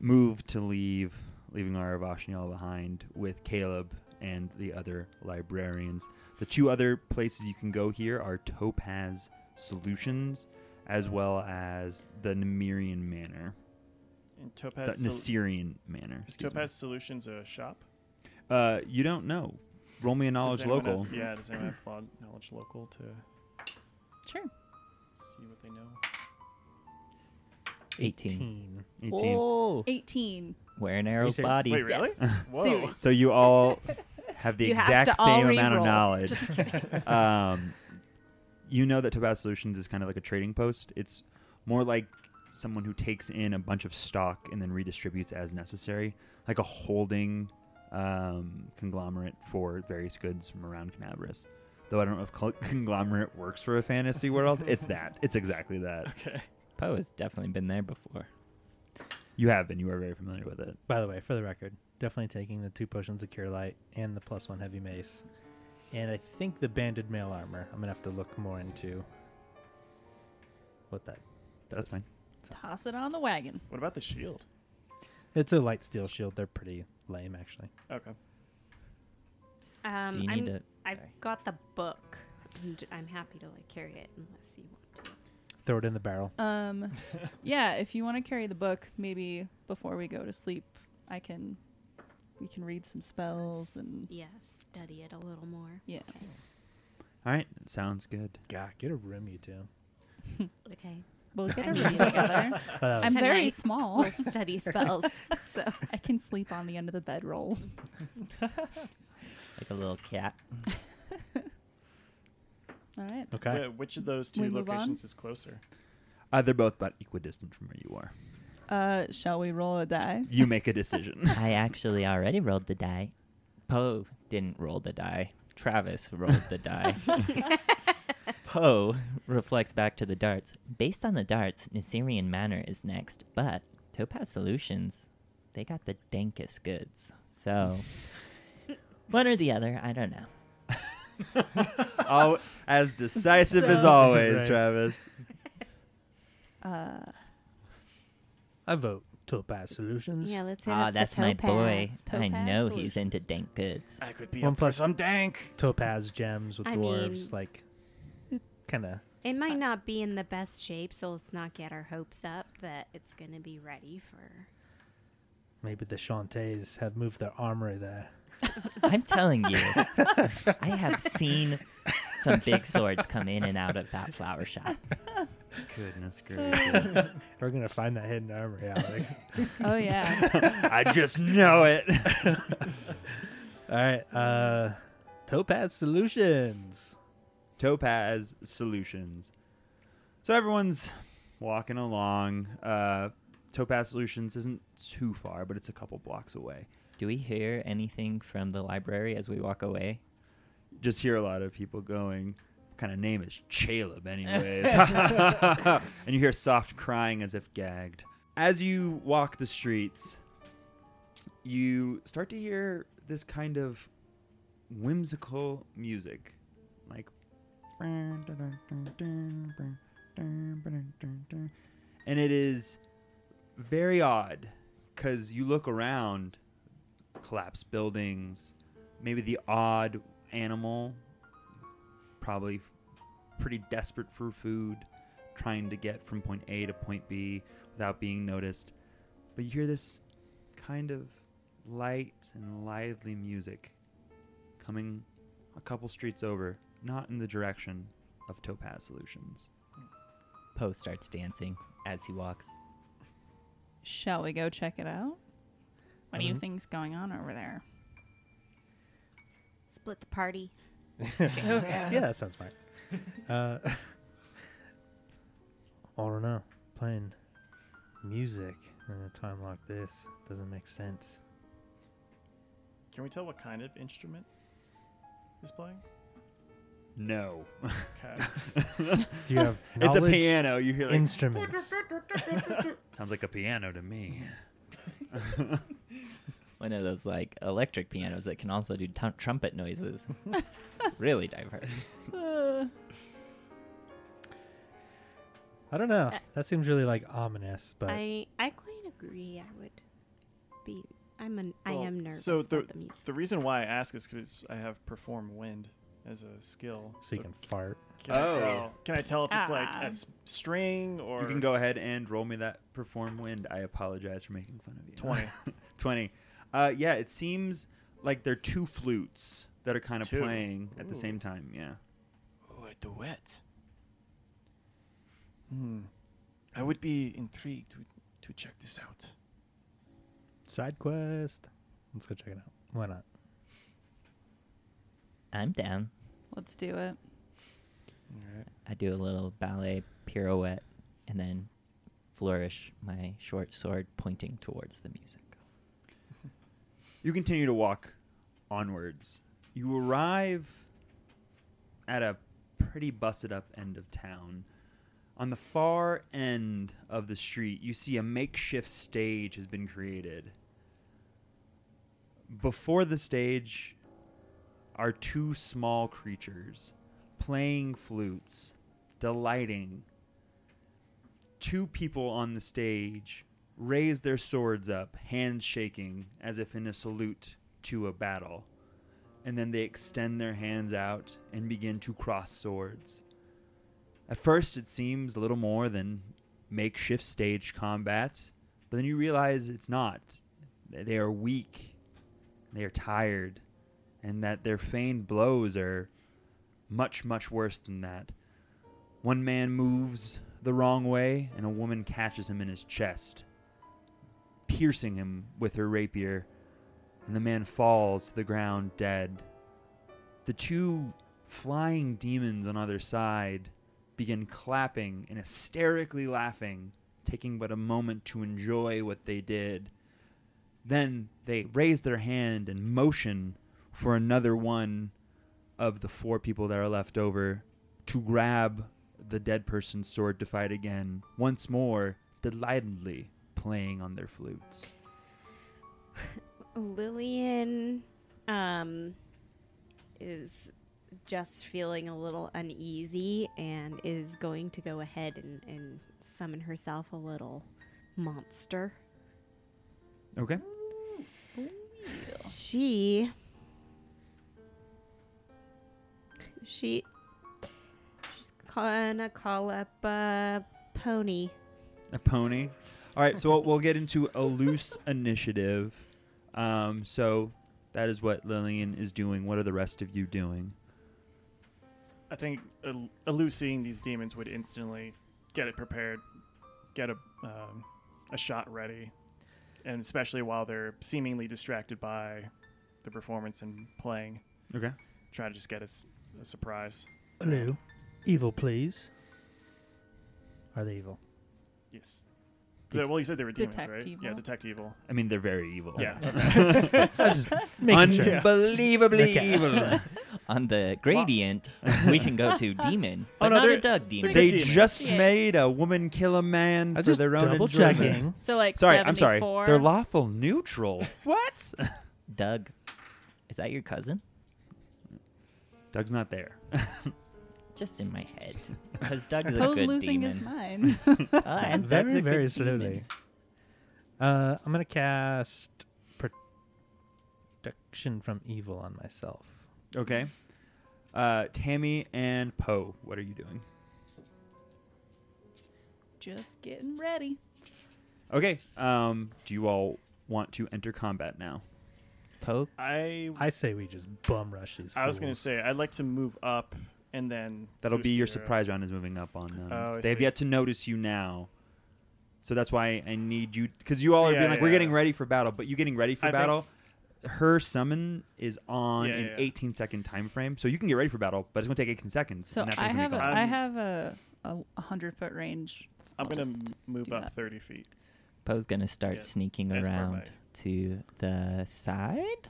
A: move to leave, leaving Aravashniel behind with Caleb and the other librarians. The two other places you can go here are Topaz Solutions, as well as the Nemerian Manor,
C: And
A: the
C: Topaz, Sol-
A: Nasirian Manor.
C: is
A: excuse me.
C: Topaz Solutions a shop?
A: Uh, you don't know. Roll me a
C: Does
A: knowledge
C: anyone have-
A: local.
C: yeah, does anyone have law- knowledge local to
B: Sure.
C: see what they know?
E: 18.
D: 18.
A: 18.
E: Oh,
B: 18.
E: where an arrow's
D: Research.
E: body.
C: Wait, really?
B: Yes.
C: Whoa.
B: Serious.
A: So you all have the
B: You have
A: exact
B: to all
A: same amount of
B: re-roll.
A: knowledge. um, you know that Topaz Solutions is kind of like a trading post. It's more like someone who takes in a bunch of stock and then redistributes as necessary, like a holding um, conglomerate for various goods from around Canaveras. Though I don't know if col- conglomerate works for a fantasy world, it's that. It's exactly that.
C: Okay.
E: Poe has definitely been there before.
A: You have been. You are very familiar with it.
D: By the way, for the record, definitely taking the two potions of cure light and the plus one heavy mace. And I think the banded mail armor. I'm going to have to look more into what that.
A: That's fine.
B: Toss it on the wagon.
C: What about the shield?
D: It's a light steel shield. They're pretty lame, actually.
C: Okay.
F: Um,
E: Do you
F: I'm,
E: need it?
F: I've
E: sorry.
F: got the book. I'm, j- I'm happy to like carry it unless you want to.
D: throw it in the barrel.
B: Um, yeah, if you want to carry the book, maybe before we go to sleep, I can, we can read some spells and
F: Yeah, study it a little more.
B: yeah.
A: All right, sounds good.
D: God, get a room, you two.
F: Okay.
B: We'll get a
F: I mean-
B: read together.
D: Uh,
B: I'm very
F: Tonight,
B: small.
F: We'll study spells. so
B: I can sleep on the end of the bedroll.
E: like a little cat.
B: All right.
D: okay.
C: Wh- which of those
B: We
C: two
B: move on?
C: locations is closer?
A: Uh, they're both about equidistant from where you are.
B: Uh, shall we roll a die?
A: You make a decision.
E: I actually already rolled the die. Poe didn't roll the die. Travis rolled the die. Poe reflects back to the darts. Based on the darts, Nasirian Manor is next, but Topaz Solutions, they got the dankest goods. So, one or the other, I don't know.
C: Oh,
A: Al- as decisive as
B: So-
A: always,
D: Right.
A: Travis.
B: Uh,
D: I vote Topaz Solutions.
F: yeah, let's hit
E: Ah,
F: up the
E: that's my boy.
B: Topaz
E: I know he's into
B: Solutions.
E: dank goods.
C: I could be
D: One
C: up
D: plus-
C: for some dank.
D: Topaz gems with
F: I
D: dwarves,
F: mean-
D: like it kind of
F: It might not be in the best shape, so let's not get our hopes up that it's going to be ready for.
D: maybe the Shantays have moved their armory there.
E: I'm telling you, I have seen some big swords come in and out of that flower shop.
A: Goodness gracious.
D: We're gonna find that hidden armory, Alex.
B: oh yeah.
A: I just know it.
D: All right, uh, Topaz Solutions.
A: Topaz Solutions. So everyone's walking along. Uh, Topaz Solutions isn't too far, but it's a couple blocks away.
E: Do we hear anything from the library as we walk away?
A: Just hear a lot of people going, what kind of name is Caleb, anyways? and you hear soft crying as if gagged. As you walk the streets, you start to hear this kind of whimsical music. Like. And it is very odd because you look around, collapsed buildings, maybe the odd animal, probably pretty desperate for food, trying to get from point A to point B without being noticed. But you hear this kind of light and lively music coming a couple streets over, not in the direction of Topaz Solutions.
E: Poe starts dancing as he walks.
B: Shall we go check it out? What do you
D: Um,
B: think's going on over there?
F: Split the party.
D: yeah, that sounds smart. Uh, I don't know. Playing music at a time like this doesn't make sense.
C: Can we tell what kind of instrument is playing?
A: No.
C: Okay.
D: Do you have
A: It's a
D: knowledge
A: piano. You hear like,
D: instruments?
A: sounds like a piano to me.
E: One of those like electric pianos that can also do tum trumpet noises. really diverse.
B: Uh,
D: I don't
E: Uh,
D: know. That seems really like ominous, but
F: I I quite agree. I would be. I'm an.
C: Well,
F: I am nervous
C: So the,
F: about the music.
C: the reason why I ask is because I have perform wind as a skill.
D: so you can fart.
C: can I
A: Oh.
C: tell- can I tell if it's like
B: Ah.
C: a s- string or
A: You can go ahead and roll me that perform wind. I apologize for making fun of you.
C: 20.
A: 20. Uh, yeah, it seems like they're two flutes that are kind of
C: Two.
A: playing at the
C: Ooh.
A: same time. Yeah.
C: Oh, a duet. Hmm. I would be intrigued to, to check this out.
D: Side quest. Let's go check it out. Why not?
E: I'm down.
B: let's do it.
C: All right.
E: I do a little ballet pirouette and then flourish my short sword pointing towards the music.
A: You continue to walk onwards. You arrive at a pretty busted up end of town. On the far end of the street, you see a makeshift stage has been created. Before the stage are two small creatures playing flutes, delighting. Two people on the stage raise their swords up, hands shaking as if in a salute to a battle. And then they extend their hands out and begin to cross swords. At first, it seems a little more than makeshift stage combat, but then you realize it's not. Th- They are weak, they are tired, and that their feigned blows are much, much worse than that. One man moves the wrong way, and a woman catches him in his chest, piercing him with her rapier, and the man falls to the ground dead. The two flying demons on either side begin clapping and hysterically laughing, taking but a moment to enjoy what they did. Then they raise their hand and motion for another one of the four people that are left over to grab the dead person's sword to fight again, once more, delightedly playing on their flutes.
F: Lillian um, is just feeling a little uneasy and is going to go ahead and, and summon herself a little monster.
A: Okay?
F: She. She. She's gonna call up a pony.
A: A pony. All right, so we'll, we'll get into a loose initiative. Um, so that is what Lillian is doing. What are the rest of you doing?
C: I think el- elucidating these demons would instantly get it prepared, get a um, a shot ready, and especially while they're seemingly distracted by the performance and playing,
A: Okay.
C: try to just get us a surprise.
D: Hello. Evil, please. Are they evil?
C: Yes. Yeah, well, you said they were demons,
B: Detect
C: right?
B: evil.
C: Yeah, detect evil.
A: I mean, they're very evil.
C: Yeah.
D: Making sure.
A: Unbelievably
E: Okay.
A: evil.
E: On the gradient, we can go to demon,
C: Oh,
E: but
C: no,
E: not
C: they're-
E: a dog
C: they're
E: demon.
A: They
C: Demon.
A: just
B: Yeah.
A: made a woman kill a man
D: I
A: for
D: just
A: their own
D: double
A: enjoyment.
D: checking.
B: So like
A: Sorry,
B: 74.
A: I'm sorry. They're lawful neutral. what?
E: Doug, is that your cousin?
A: Doug's not there.
E: Just in my head, because Doug is a
B: Poe's
E: good
B: losing
E: demon.
B: his mind.
E: Ah, and Doug's
D: very,
E: a good
D: very
E: demon.
D: slowly. Uh, I'm gonna cast protection from evil on myself.
A: Okay. Uh, Tammy and Poe, what are you doing?
B: Just getting ready.
A: Okay. Um, do you all want to enter combat now?
E: Poe,
C: I
D: I say we just bum rush these.
C: I was gonna
D: fools.
C: say I'd like to move up and then
A: That'll be
C: boost
A: your
C: the-
A: surprise round is moving up on them.
C: uh, Oh, I
A: they have
C: see.
A: yet to notice you now. So that's why I need you because you all are
C: Yeah,
A: being like, we're
C: yeah.
A: getting ready for battle, but you getting ready for
C: I think-
A: battle. Her summon is on
C: Yeah,
A: an
C: yeah, yeah.
A: 18 second time frame, so you can get ready for battle, but it's gonna take 18 seconds.
B: So
A: and that
B: I
A: person's
B: have a,
A: gonna
C: gone.
B: I
C: Um,
B: have a a a hundred foot range.
C: I'm
B: I'll
C: gonna
B: just
C: m- move
B: do
C: up
B: that.
C: 30 feet.
E: Poe's gonna start
C: Yeah,
E: sneaking
C: that's part of
E: around to the side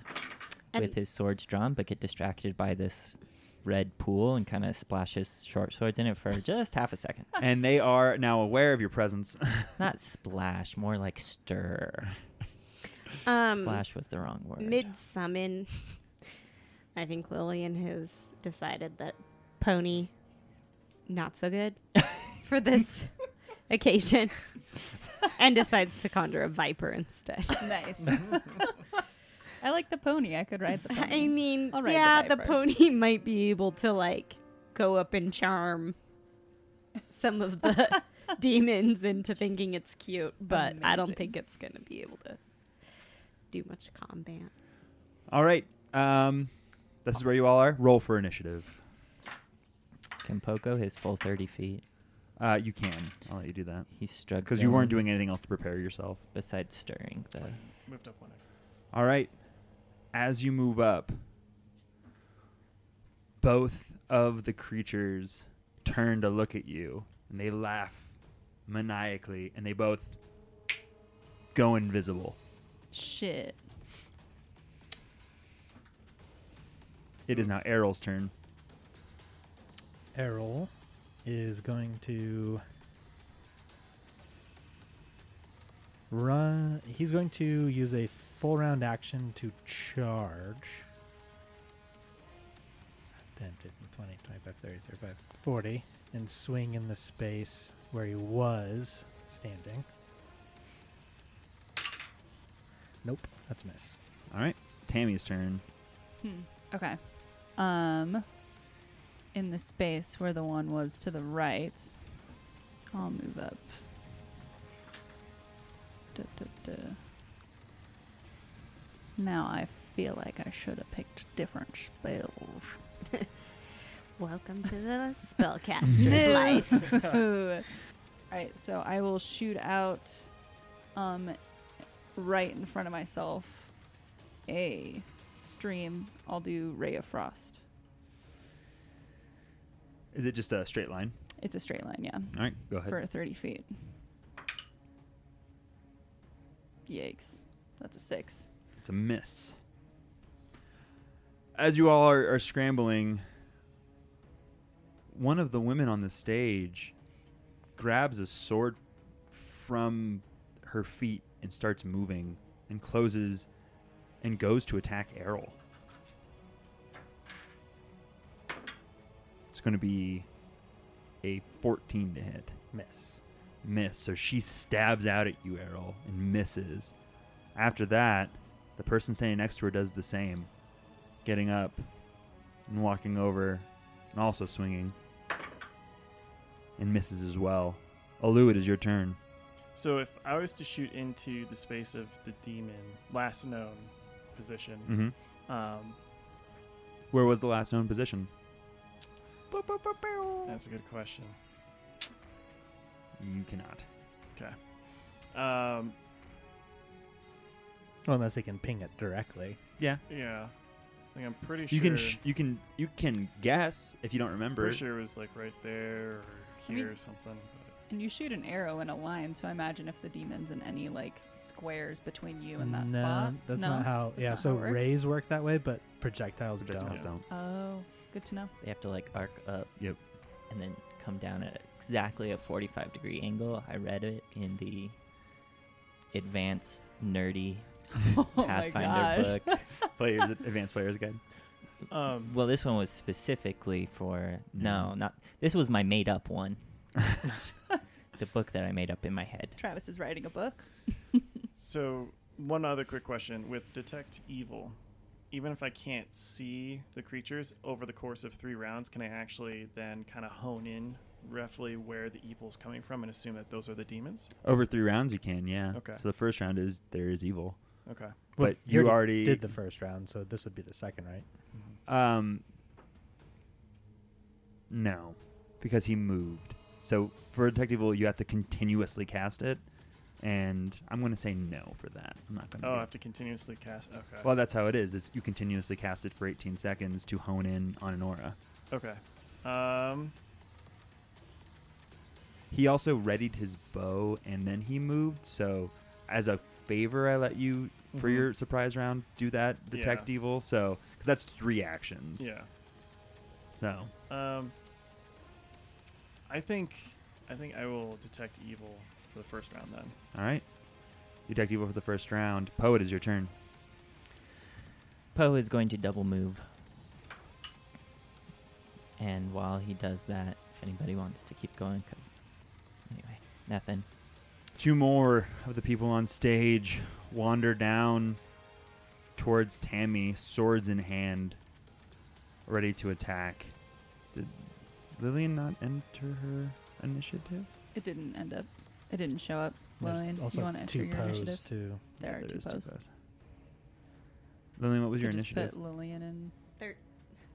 F: And-
E: with his swords drawn, but get distracted by this red pool and kind of splashes short swords in it for just half a second.
A: go. and they are now aware of your presence.
E: Not splash, more like stir.
B: Uh,
F: Um,
E: splash was the wrong word.
F: Mid summon. I think Lillian has decided that pony not so good for this occasion and decides to conjure a viper instead.
B: Nice. I like the pony. I could ride the pony.
F: I mean,
B: I'll ride the
F: yeah, the,
B: viper.
F: pony might be able to like go up and charm some of the demons into thinking it's cute, but I don't
B: Amazing.
F: think it's going to be able to do much combat.
A: all right, um, this is where you all are. Roll for initiative.
E: Can Poe go his full 30 feet?
A: Uh, you can. I'll let you do that
E: He's struggling.
A: because you weren't doing anything else to prepare yourself.
E: Besides stirring the.
C: Moved up one. extra.
A: All right. As you move up, both of the creatures turn to look at you and they laugh maniacally and they both go invisible.
B: Shit.
A: It is now Errol's turn.
D: Errol is going to run. He's going to use a full round action to charge. 10, 15, 20, 25, 30, 35, 40, and swing in the space where he was standing. Nope, that's a miss.
A: All right. Tammy's turn.
B: Hmm. Okay. Um. in the space where the one was to the right. I'll move up. Duh, duh, duh. Now I feel like I should have picked different spells.
F: Welcome to the spellcaster's life.
B: All right, so I will shoot out, um, right in front of myself, a stream. I'll do ray of frost.
A: Is it just a straight line?
B: It's a straight line, yeah,
A: All right, go ahead.
B: for 30 feet. Yikes, that's a six.
A: It's a miss. As you all are, are scrambling, one of the women on the stage grabs a sword from her feet and starts moving and closes and goes to attack Errol. It's going to be a 14 to hit.
D: Miss.
A: Miss. So she stabs out at you, Errol, and misses. After that, the person standing next to her does the same, getting up and walking over and also swinging and misses as well. Alu, it is your turn.
C: So if I was to shoot into the space of the demon, last known position,
A: Mm-hmm.
C: um,
A: Where was the last known position?
C: that's a good question.
A: You cannot.
C: Um,
D: Well, unless they can ping it directly.
A: Yeah,
C: yeah, I think I'm pretty sure.
A: you can. Sh- you can. You can guess if you don't remember.
C: pretty sure it was like right there or
B: I
C: here
B: mean-
C: or something.
B: And you shoot an arrow in a line, so I imagine if the demon's in any like squares between you and that
D: no,
B: spot.
D: that's
B: no?
D: not how.
B: That's
D: Yeah,
B: not
D: so
B: how it works?
D: rays work that way, but projectiles,
A: Projectiles
D: don't.
A: don't.
B: Oh, good to know.
E: They have to like arc up.
A: Yep.
E: And then come down at exactly a 45 degree angle. I read it in the advanced nerdy
B: Oh my
E: Pathfinder
B: gosh.
E: book.
A: Players, advanced players guide.
C: But, um,
E: Well, this one was specifically for no,
A: Mm.
D: Mm-hmm.
E: not this was my made up one. the book that I made up in my head.
B: Travis is writing a book.
C: so one other quick question with detect evil. Even if I can't see the creatures over the course of three rounds, can I actually then kind of hone in roughly where the evil is coming from and assume that those are the demons?
A: Over three rounds, you can. Yeah.
C: Okay.
A: So the first round is there is evil.
C: Okay.
A: But you already-
D: did the first round, so this would be the second, right?
A: Um, no, because he moved. So for Detective Evil, you have to continuously cast it, and I'm going to say no for that. I'm not going to.
C: Oh, I have to continuously cast. Okay.
A: Well, that's how it is. It's you continuously cast it for 18 seconds to hone in on an aura.
C: Okay. Um.
A: He also readied his bow and then he moved. So as a favor, I let you for
C: Mhm.
A: your surprise round do that,
C: Yeah.
A: Detect Evil. So because that's three actions.
C: Yeah.
A: So
C: Um. I think. I think I will detect evil for the first round then.
A: all right, Detect Evil for the first round. Poet is your turn.
E: Poe is going to double move. And while he does that, if anybody wants to keep going, because anyway, nothing.
A: Two more of the people on stage wander down towards Tammy, swords in hand, ready to attack. Did Lillian not enter her initiative?
B: It didn't end up. It didn't show up.
D: There's
B: Lillian, you
D: also
B: want to enter
D: two
B: your initiative?
D: pose too.
B: There are
A: There
B: two
A: is two
B: posts.
A: posts. Lillian, what was
B: Could
A: your
B: just
A: initiative?
B: put Lillian in.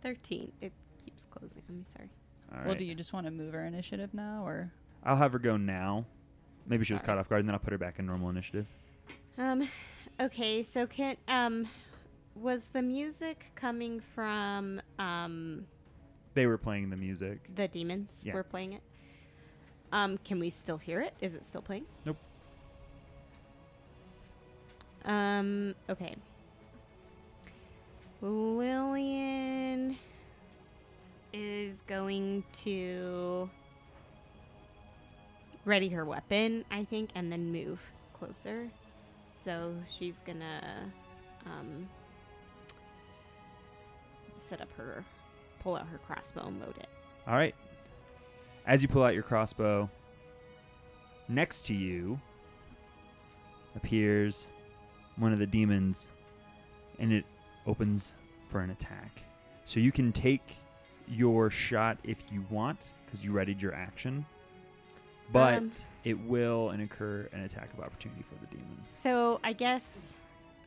F: Thirteen. It keeps closing. I'm sorry.
A: All
B: Well,
A: right.
B: do you just want to move her initiative now, or
A: I'll have her go now. Maybe she was
F: All
A: caught
F: right.
A: off guard, and then I'll put her back in normal initiative.
F: Um, okay, so can um, was the music coming from um
A: They were playing the music.
F: the demons?
A: Yeah.
F: We're playing it. Um, can we still hear it? Is it still playing?
A: Nope.
F: Um. Okay. Lillian is going to ready her weapon, I think, and then move closer. So she's gonna um, set up her, pull out her crossbow and load it.
A: All right. As you pull out your crossbow, next to you appears one of the demons and it opens for an attack. So you can take your shot if you want, because you readied your action. But
F: Um.
A: it will incur an attack of opportunity for the demon.
F: So I guess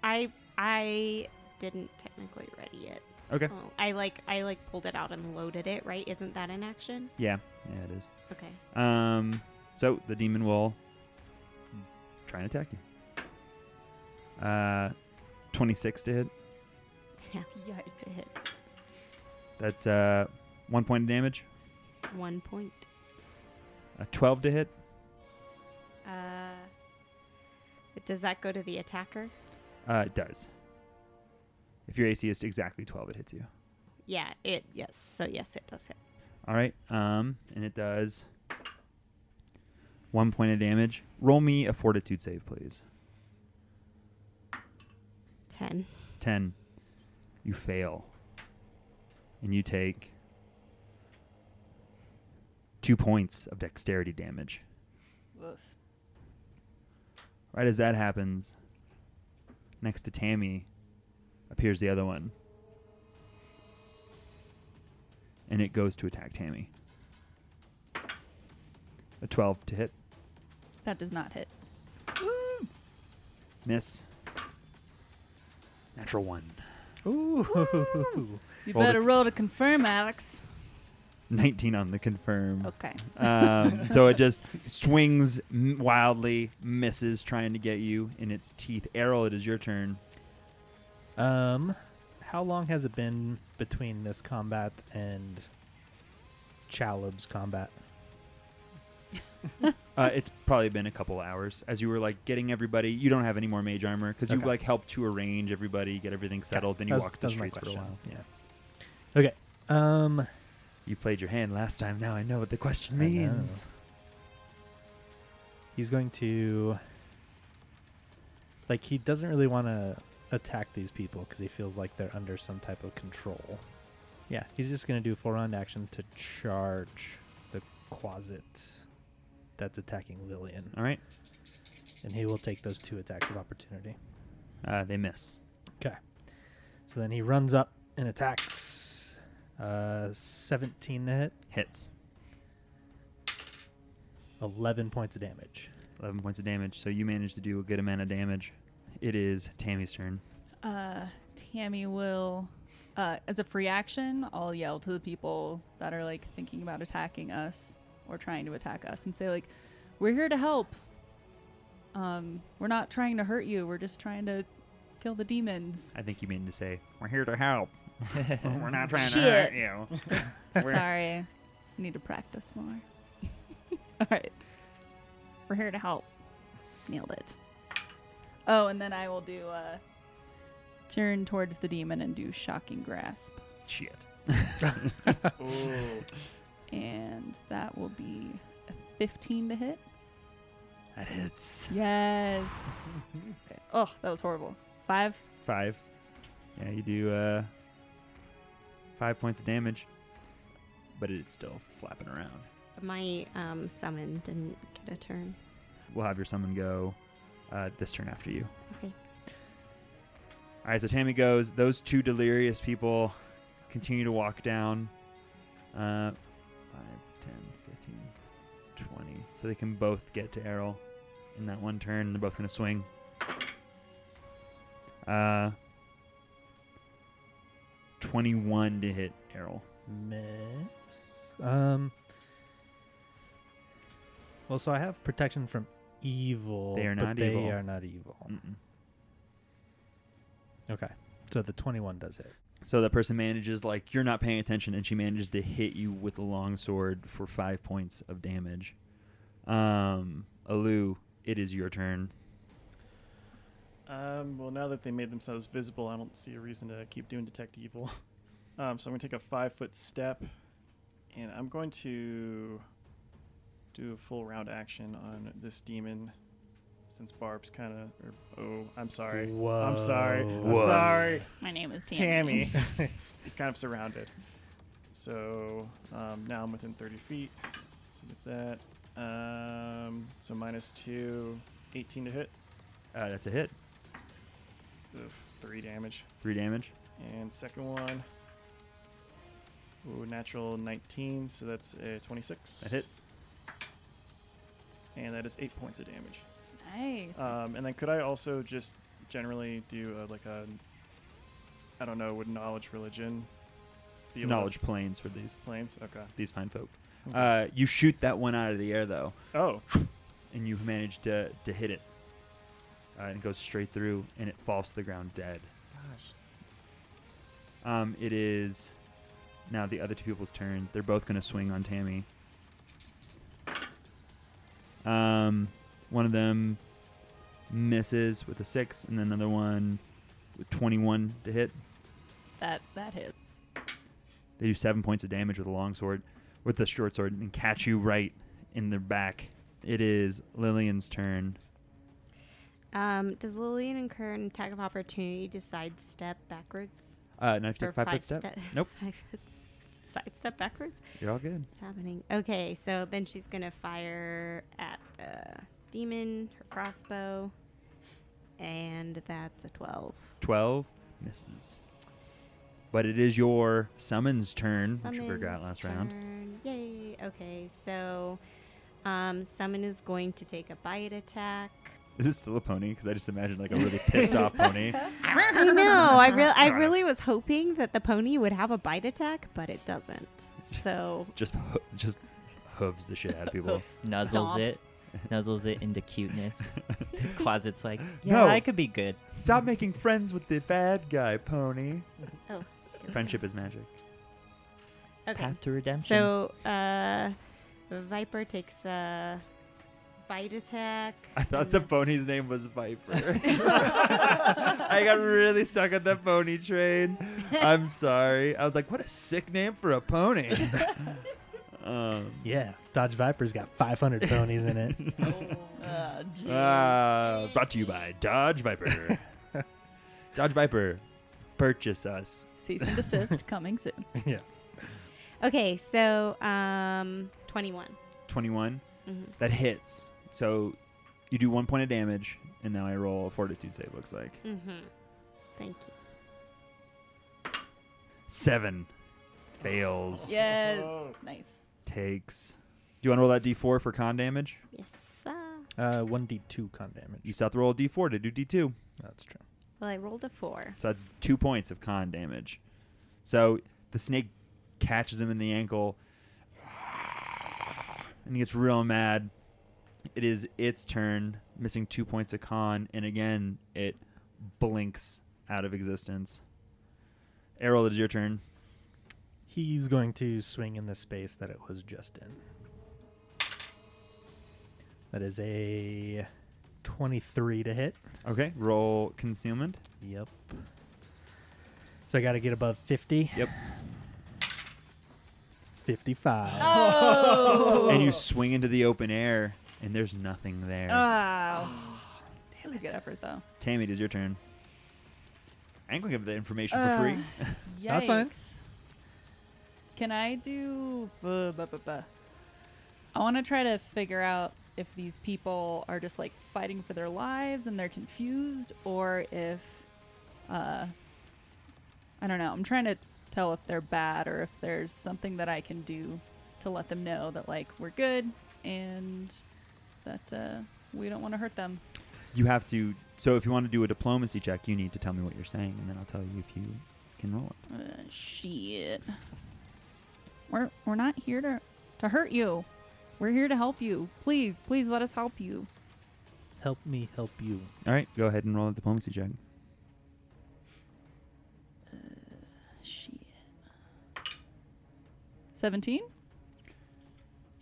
F: I I didn't technically ready it.
A: Okay.
F: Oh, I like I like pulled it out and loaded it. Right? Isn't that an action?
A: Yeah, yeah, it is.
F: Okay.
A: Um, so the demon will try and attack you. Uh, twenty-six to hit.
F: Yeah. It
B: Yikes.
F: hits.
A: That's uh one point of damage.
F: One point.
A: A twelve to hit.
F: Uh, does that go to the attacker?
A: Uh, it does. If your AC is exactly twelve, it hits you.
F: Yeah. It yes. So yes, it does hit.
A: All right. Um, and it does one point of damage. Roll me a fortitude save, please.
F: Ten.
A: Ten. You fail. And you take two points of dexterity damage.
B: Woof.
A: Right as that happens, next to Tammy appears the other one. And it goes to attack Tammy. A 12 to hit.
B: That does not hit.
A: Miss. Natural one.
D: Ooh.
B: You
A: Roll the-
B: better roll to confirm, Alex.
A: 19 on the confirm.
B: Okay.
A: Um, so it just swings m- wildly, misses, trying to get you in its teeth. Errol, it is your turn.
D: Um, how long has it been between this combat and Chalob's combat?
A: Uh, it's probably been a couple hours as you were like getting everybody. You don't have any more mage armor because you
D: Okay.
A: like helped to arrange everybody, get everything settled. Then you
D: That was-
A: walked
D: that
A: the
D: was my
A: streets for a
D: question.
A: while. Yeah,
D: Okay. Um,
A: you played your hand last time. Now I know what the question
D: I know.
A: means.
D: he's going to like he doesn't really want to attack these people because he feels like they're under some type of control yeah he's just going to do a full round action to charge the quasit that's attacking lillian
A: All right,
D: and he will take those two attacks of opportunity
A: uh, they miss.
D: so then he runs up and attacks uh 17 to hit
A: Hits
D: 11 points of damage
A: eleven points of damage. So you managed to do a good amount of damage. It is Tammy's turn.
B: Uh, Tammy will, uh, as a free action, I'll yell to the people that are like thinking about attacking us or trying to attack us and say like, "We're here to help. Um, we're not trying to hurt you. We're just trying to kill the demons."
A: I think you mean to say we're here to help. we're not trying to
B: Shit.
A: hurt you.
B: Sorry, need to practice more. All right, we're here to help. Nailed it. Oh, and then I will do uh, turn towards the demon and do shocking grasp.
A: Shit.
C: Oh,
B: and that will be a 15 to hit.
A: That hits
B: Yes. okay. Oh, that was horrible. Five.
A: five. Yeah, you do uh, five points of damage, but it's still flapping around.
F: My um summon didn't get a turn.
A: We'll have your summon go uh, this turn after you.
F: Okay.
A: All right, so Tammy goes. Those two delirious people continue to walk down. Uh, 5, 10, 15, 20. So they can both get to Errol in that one turn. They're both going to swing. Uh, 21 to hit Errol.
D: Miss. Um. Well, so I have protection from evil.
A: They are
D: but
A: not
D: they
A: evil. Mm.
D: are not evil.
A: Mm-mm.
D: Okay. So the twenty-one does hit.
A: So that person manages, like, you're not paying attention, and she manages to hit you with the longsword for five points of damage. Um, Alu, it is your turn.
C: Um, well, now that they made themselves visible, I don't see a reason to keep doing detect evil. Um, so I'm gonna take a five foot step, and I'm going to do a full round action on this demon, since Barb's kind of. Oh, I'm sorry. I'm sorry. I'm
A: Whoa.
C: sorry.
B: My name is Tammy.
C: Tammy. He's kind of surrounded. So um, now I'm within 30 feet. So get that. Um, so minus two, 18 to hit,
A: Uh, that's a hit.
C: Oof, three damage.
A: Three damage.
C: And second one. Ooh, natural 19, so that's uh, 26.
A: That hits.
C: And that is eight points of damage.
B: Nice.
C: Um, and then could I also just generally do uh like a, I don't know, would knowledge religion
A: It's
C: able to-
A: knowledge planes for these
C: planes? Okay.
A: these fine folk.
C: Okay.
A: Uh, you shoot that one out of the air though,
C: oh,
A: and you manage to to hit it, uh, and it goes straight through, and it falls to the ground dead.
E: Gosh.
A: Um, it is now the other two people's turns. They're both going to swing on Tammy. Um, one of them misses with a six, and then another one with twenty-one to hit.
B: that that hits.
A: They do seven points of damage with a long sword, with the short sword, and catch you right in their back. It is Lillian's turn.
F: Um, does Lillian incur an attack of opportunity to sidestep backwards?
A: Uh, now if you
F: Or
A: take five foot step.
F: ste-
A: Nope,
F: Five foot s- sidestep backwards?
A: you're all good.
F: What's happening? Okay, so then she's gonna fire at the demon, her crossbow, and that's a twelve.
A: Twelve misses. But it is your summons turn, which you forgot
F: Summon's
A: last round.
F: turn. Yay. Okay, so um, summon is going to take a bite attack.
A: Is it still a pony? Because I just imagined like a really pissed off pony.
F: I know. I real I really was hoping that the pony would have a bite attack, but it doesn't. So
A: Just ho- just hooves the shit out of people.
E: Nuzzles
B: Stomp.
E: it. Nuzzles it into cuteness. Closet's like, yeah,
A: No.
E: I could be good.
A: Stop making friends with the bad guy, pony.
F: oh,
A: Friendship is magic.
F: okay.
E: Path to redemption.
F: So uh, Viper takes a bite attack.
A: I thought
F: and
A: the
F: that's-
A: pony's name was Viper. I got really stuck on the pony train. I'm sorry. I was like, what a sick name for a pony. um,
D: Yeah, Dodge Viper's got 500 ponies in it.
F: Oh.
B: Uh, gee.
A: uh, brought to you by Dodge Viper. Dodge Viper, purchase us.
B: Cease and desist coming soon.
D: yeah.
F: Okay, so um, twenty-one.
A: 21.
F: hmm
A: That hits. So you do one point of damage, and now I roll a fortitude save, looks like.
F: hmm Thank you.
A: Seven. Fails.
B: Yes.
C: Oh.
B: Nice.
A: Takes. Do you want to roll that d4 for con damage?
F: Yes. ah.
D: Uh, 1d2 con damage.
A: You still have to roll a d4 to do d2.
D: That's true.
F: well, I rolled a four.
A: So that's two points of con damage. So the snake catches him in the ankle and he gets real mad. It is its turn, missing two points of con, and again, it blinks out of existence. Errol, it is your turn.
D: He's going to swing in the space that it was just in. That is a 23 to hit.
A: Okay, roll concealment.
D: Yep. So I got to get above 50.
A: Yep.
D: 55.
B: Oh.
A: And you swing into the open air, and there's nothing there.
B: Uh. Ah. That was a good effort, though.
A: Tammy, it is your turn. I'm going to give the information for
B: Uh,
A: free.
D: That's fine.
B: Yikes. Can I do? buh, buh, buh, buh. I want to try to figure out if these people are just like fighting for their lives and they're confused, or if, uh, I don't know. I'm trying to tell if they're bad or if there's something that I can do to let them know that like we're good and that uh, we don't want to hurt them.
A: You have to. So if you want to do a diplomacy check, you need to tell me what you're saying, and then I'll tell you if you can roll it.
B: Uh, shit. We're we're not here to to hurt you. We're here to help you. Please, please let us help you.
D: Help me help you.
A: All right, go ahead and roll a diplomacy check.
B: Shit. Seventeen.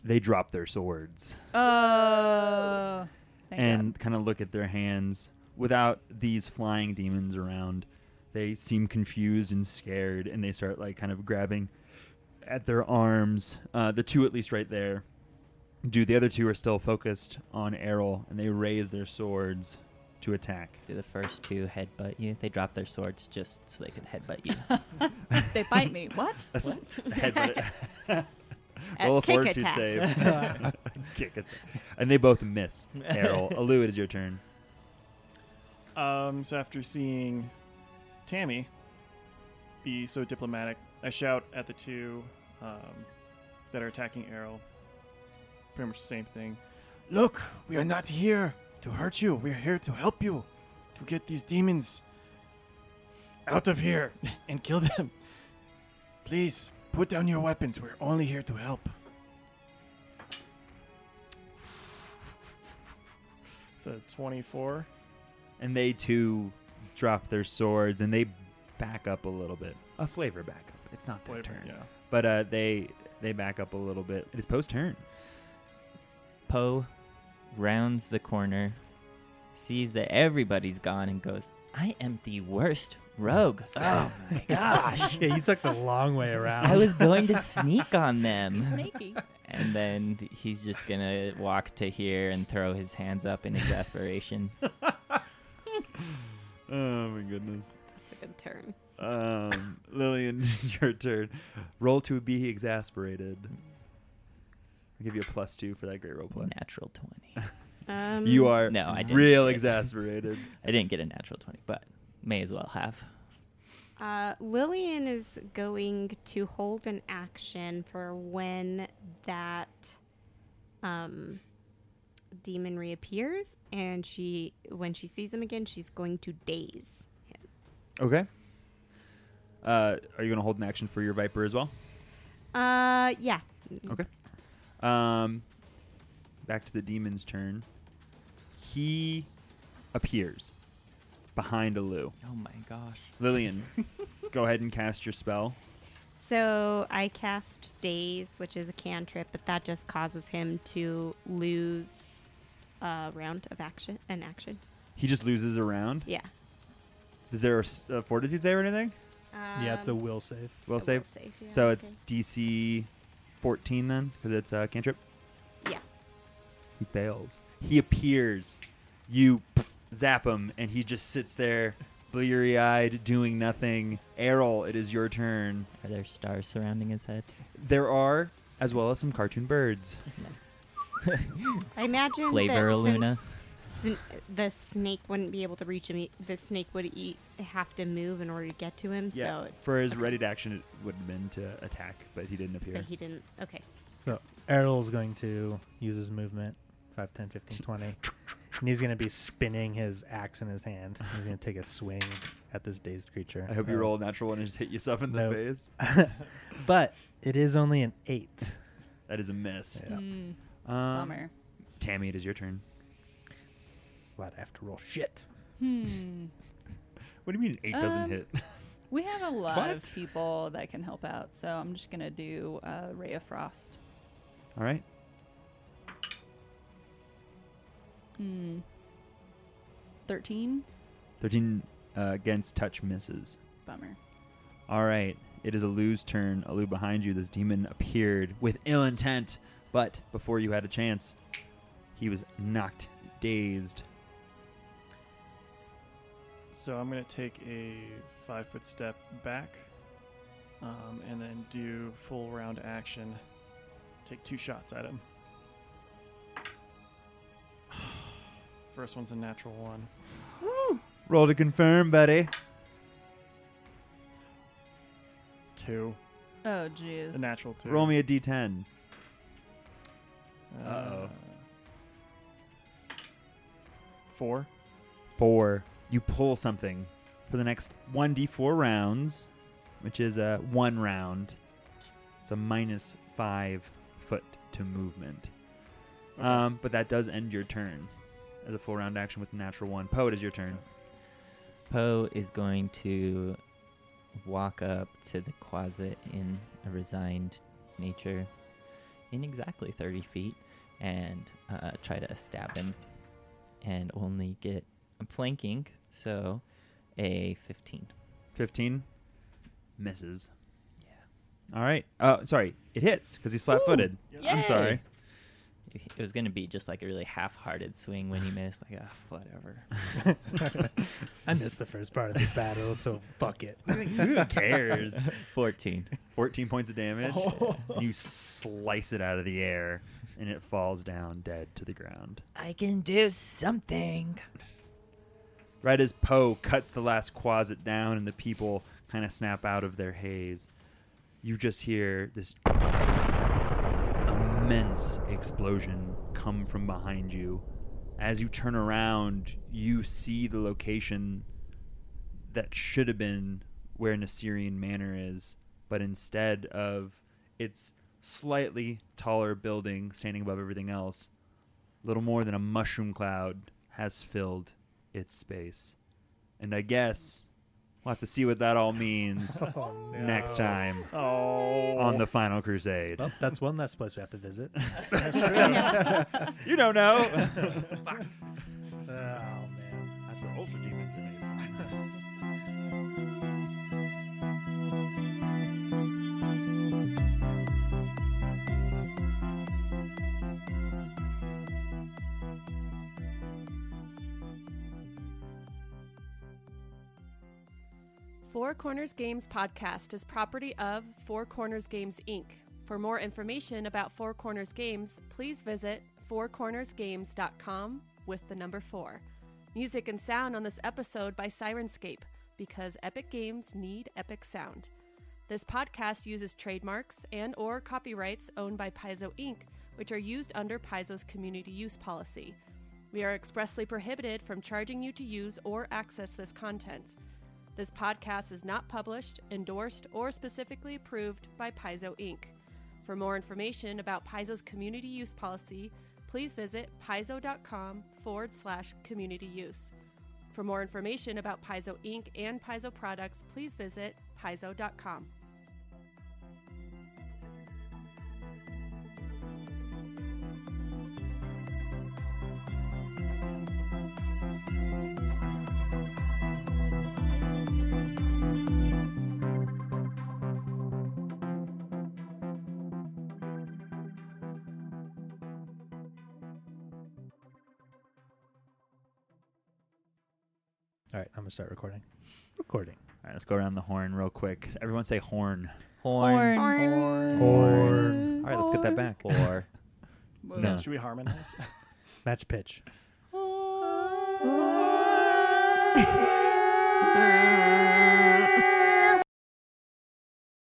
A: They drop their swords
B: Uh. Thank
A: and kind of look at their hands without these flying demons around. They seem confused and scared, and they start like kind of grabbing at their arms. Uh, the two, at least, right there. Do the other two are still focused on Errol, and they raise their swords to attack.
E: do the first two headbutt you. They drop their swords just so they could headbutt you.
B: God. they bite me. What?
A: That's-
B: What?
A: Headbutt it.
F: A
A: Roll a
F: kick
A: fortitude
F: attack.
A: save. kick attack. And they both miss. Errol, Alu, it is your turn.
C: Um, so after seeing Tammy be so diplomatic I shout at the two um, that are attacking Errol. Pretty much the same thing. Look, we are not here to hurt you. We are here to help you to get these demons out of here and kill them. Please put down your weapons. We're only here to help. It's a 24.
A: And they too drop their swords and they back up a little bit. A flavor backup. It's not their
C: Whatever,
A: turn.
C: Yeah.
A: But uh, they they back up a little bit. It is Poe's turn.
E: Poe rounds the corner, sees that everybody's gone, and goes, I am the worst rogue. Oh my gosh.
D: yeah, you took the long way around.
E: I was going to sneak on them.
B: Snaky.
E: And then he's just going to walk to here and throw his hands up in exasperation.
A: Oh my goodness.
F: That's a good turn.
A: Um, Lillian, it's your turn. Roll to be exasperated. I'll give you a plus two for that great role play.
E: Natural 20.
F: Um,
A: You are
E: No, I didn't
A: real
E: get it.
A: exasperated.
E: I didn't get a natural 20, but may as well have.
F: Uh, Lillian is going to hold an action for when that um, demon reappears, and she, when she sees him again, she's going to daze. him.
A: okay. Uh, are you going to hold an action for your Viper as well?
F: Uh, yeah.
A: Okay. Um, back to the demon's turn. He appears behind Alu.
E: Oh my gosh.
A: Lillian, go ahead and cast your spell.
F: So I cast daze, which is a cantrip, but that just causes him to lose a round of action, an action.
A: He just loses a round.
F: Yeah.
A: Is there a, s- a fortitude save or anything?
D: yeah, it's a will save.
A: Will
F: Um, a
A: save.
F: will save, yeah,
A: so
F: okay.
A: it's DC 14 then, because it's uh, cantrip.
F: yeah.
A: He fails. He appears. You pff, zap him, and he just sits there, bleary eyed, doing nothing. Errol, it is your turn.
E: Are there stars surrounding his head?
A: There are, as well as some cartoon birds.
E: Nice.
F: I imagine
E: Flavor,
F: that
E: Luna.
F: since sn- the snake wouldn't be able to reach him. he- The snake would eat, have to move in order to get to him. So, it-
A: For his ready to action, it would have been to attack, but he didn't appear.
F: but he didn't. Okay.
D: So Errol's going to use his movement 5, 10, 15, 20. And he's going to be spinning his axe in his hand. He's going to take a swing at this dazed creature.
A: I hope you
D: Um,
A: roll a natural one and just hit yourself in the
D: Nope.
A: face.
D: but it is only an 8.
A: That is a miss.
D: Yeah.
B: Mm,
A: Um,
B: bummer.
A: Tammy, it is your turn.
D: But I have to roll shit.
B: Hmm.
A: What do you mean an eight doesn't
B: Um,
A: hit?
B: We have a lot
A: What?
B: of people that can help out, so I'm just gonna do uh, Ray of Frost.
A: All right.
B: Hmm. Thirteen.
A: 13 uh, against touch misses.
B: Bummer.
A: All right. It is Alu's turn. Alu, behind you, this demon appeared with ill intent, but before you had a chance, he was knocked dazed.
C: So I'm going to take a five foot step back um, and then do full round action. Take two shots at him. First one's a natural one.
A: Roll to confirm, buddy.
C: Two.
B: Oh
C: A
B: jeez.
C: natural two.
A: Roll me a d10.
C: Uh,
A: Uh-oh.
C: Four.
A: Four. You pull something for the next 1d4 rounds, which is a one round. It's a minus five foot to movement.
C: Okay.
A: Um, but that does end your turn as a full round action with the natural one. Poe, it is your turn.
E: Poe is going to walk up to the closet in a resigned nature in exactly 30 feet and uh, try to stab him and only get a planking, so a 15.
A: 15 misses. All right. Uh, sorry. It hits because he's flat footed. I'm sorry.
E: It was going to be just like a really half hearted swing when he missed, like, ah, whatever.
D: I missed the first part of this battle, so fuck it.
A: Who cares?
E: 14.
A: 14 points of damage.
D: Oh.
A: and you slice it out of the air and it falls down dead to the ground.
E: I can do something.
A: Right as Poe cuts the last quasit down and the people kind of snap out of their haze, you just hear this immense explosion come from behind you. As you turn around, you see the location that should have been where an Assyrian manor is, but instead of its slightly taller building standing above everything else, little more than a mushroom cloud has filled its space. And I guess we'll have to see what that all means
D: Oh,
A: next
D: no.
A: time
C: Oh,
A: on the Final Crusade.
D: Well, that's one less place we have to visit.
C: that's true.
A: You don't know.
D: Oh, man.
A: That's what ultra demons are made for.
G: Four Corners Games podcast is property of Four Corners Games Inc. For more information about Four Corners Games, please visit fourcornersgames.com with the number 4. Music and sound on this episode by Sirenscape because epic games need epic sound. This podcast uses trademarks and or copyrights owned by Paizo Inc., which are used under Paizo's community use policy. We are expressly prohibited from charging you to use or access this content. This podcast is not published, endorsed, or specifically approved by Paizo Inc. For more information about Paizo's community use policy, please visit paizo.com forward slash community use. For more information about Paizo Inc. and Paizo products, please visit paizo.com.
D: All right, I'm going to start recording. Recording.
A: All right, let's go around the horn real quick. Everyone say horn.
E: Horn.
A: All right, let's get that back.
E: Or
B: Whoa.
A: No.
C: Should we harmonize?
D: Match pitch.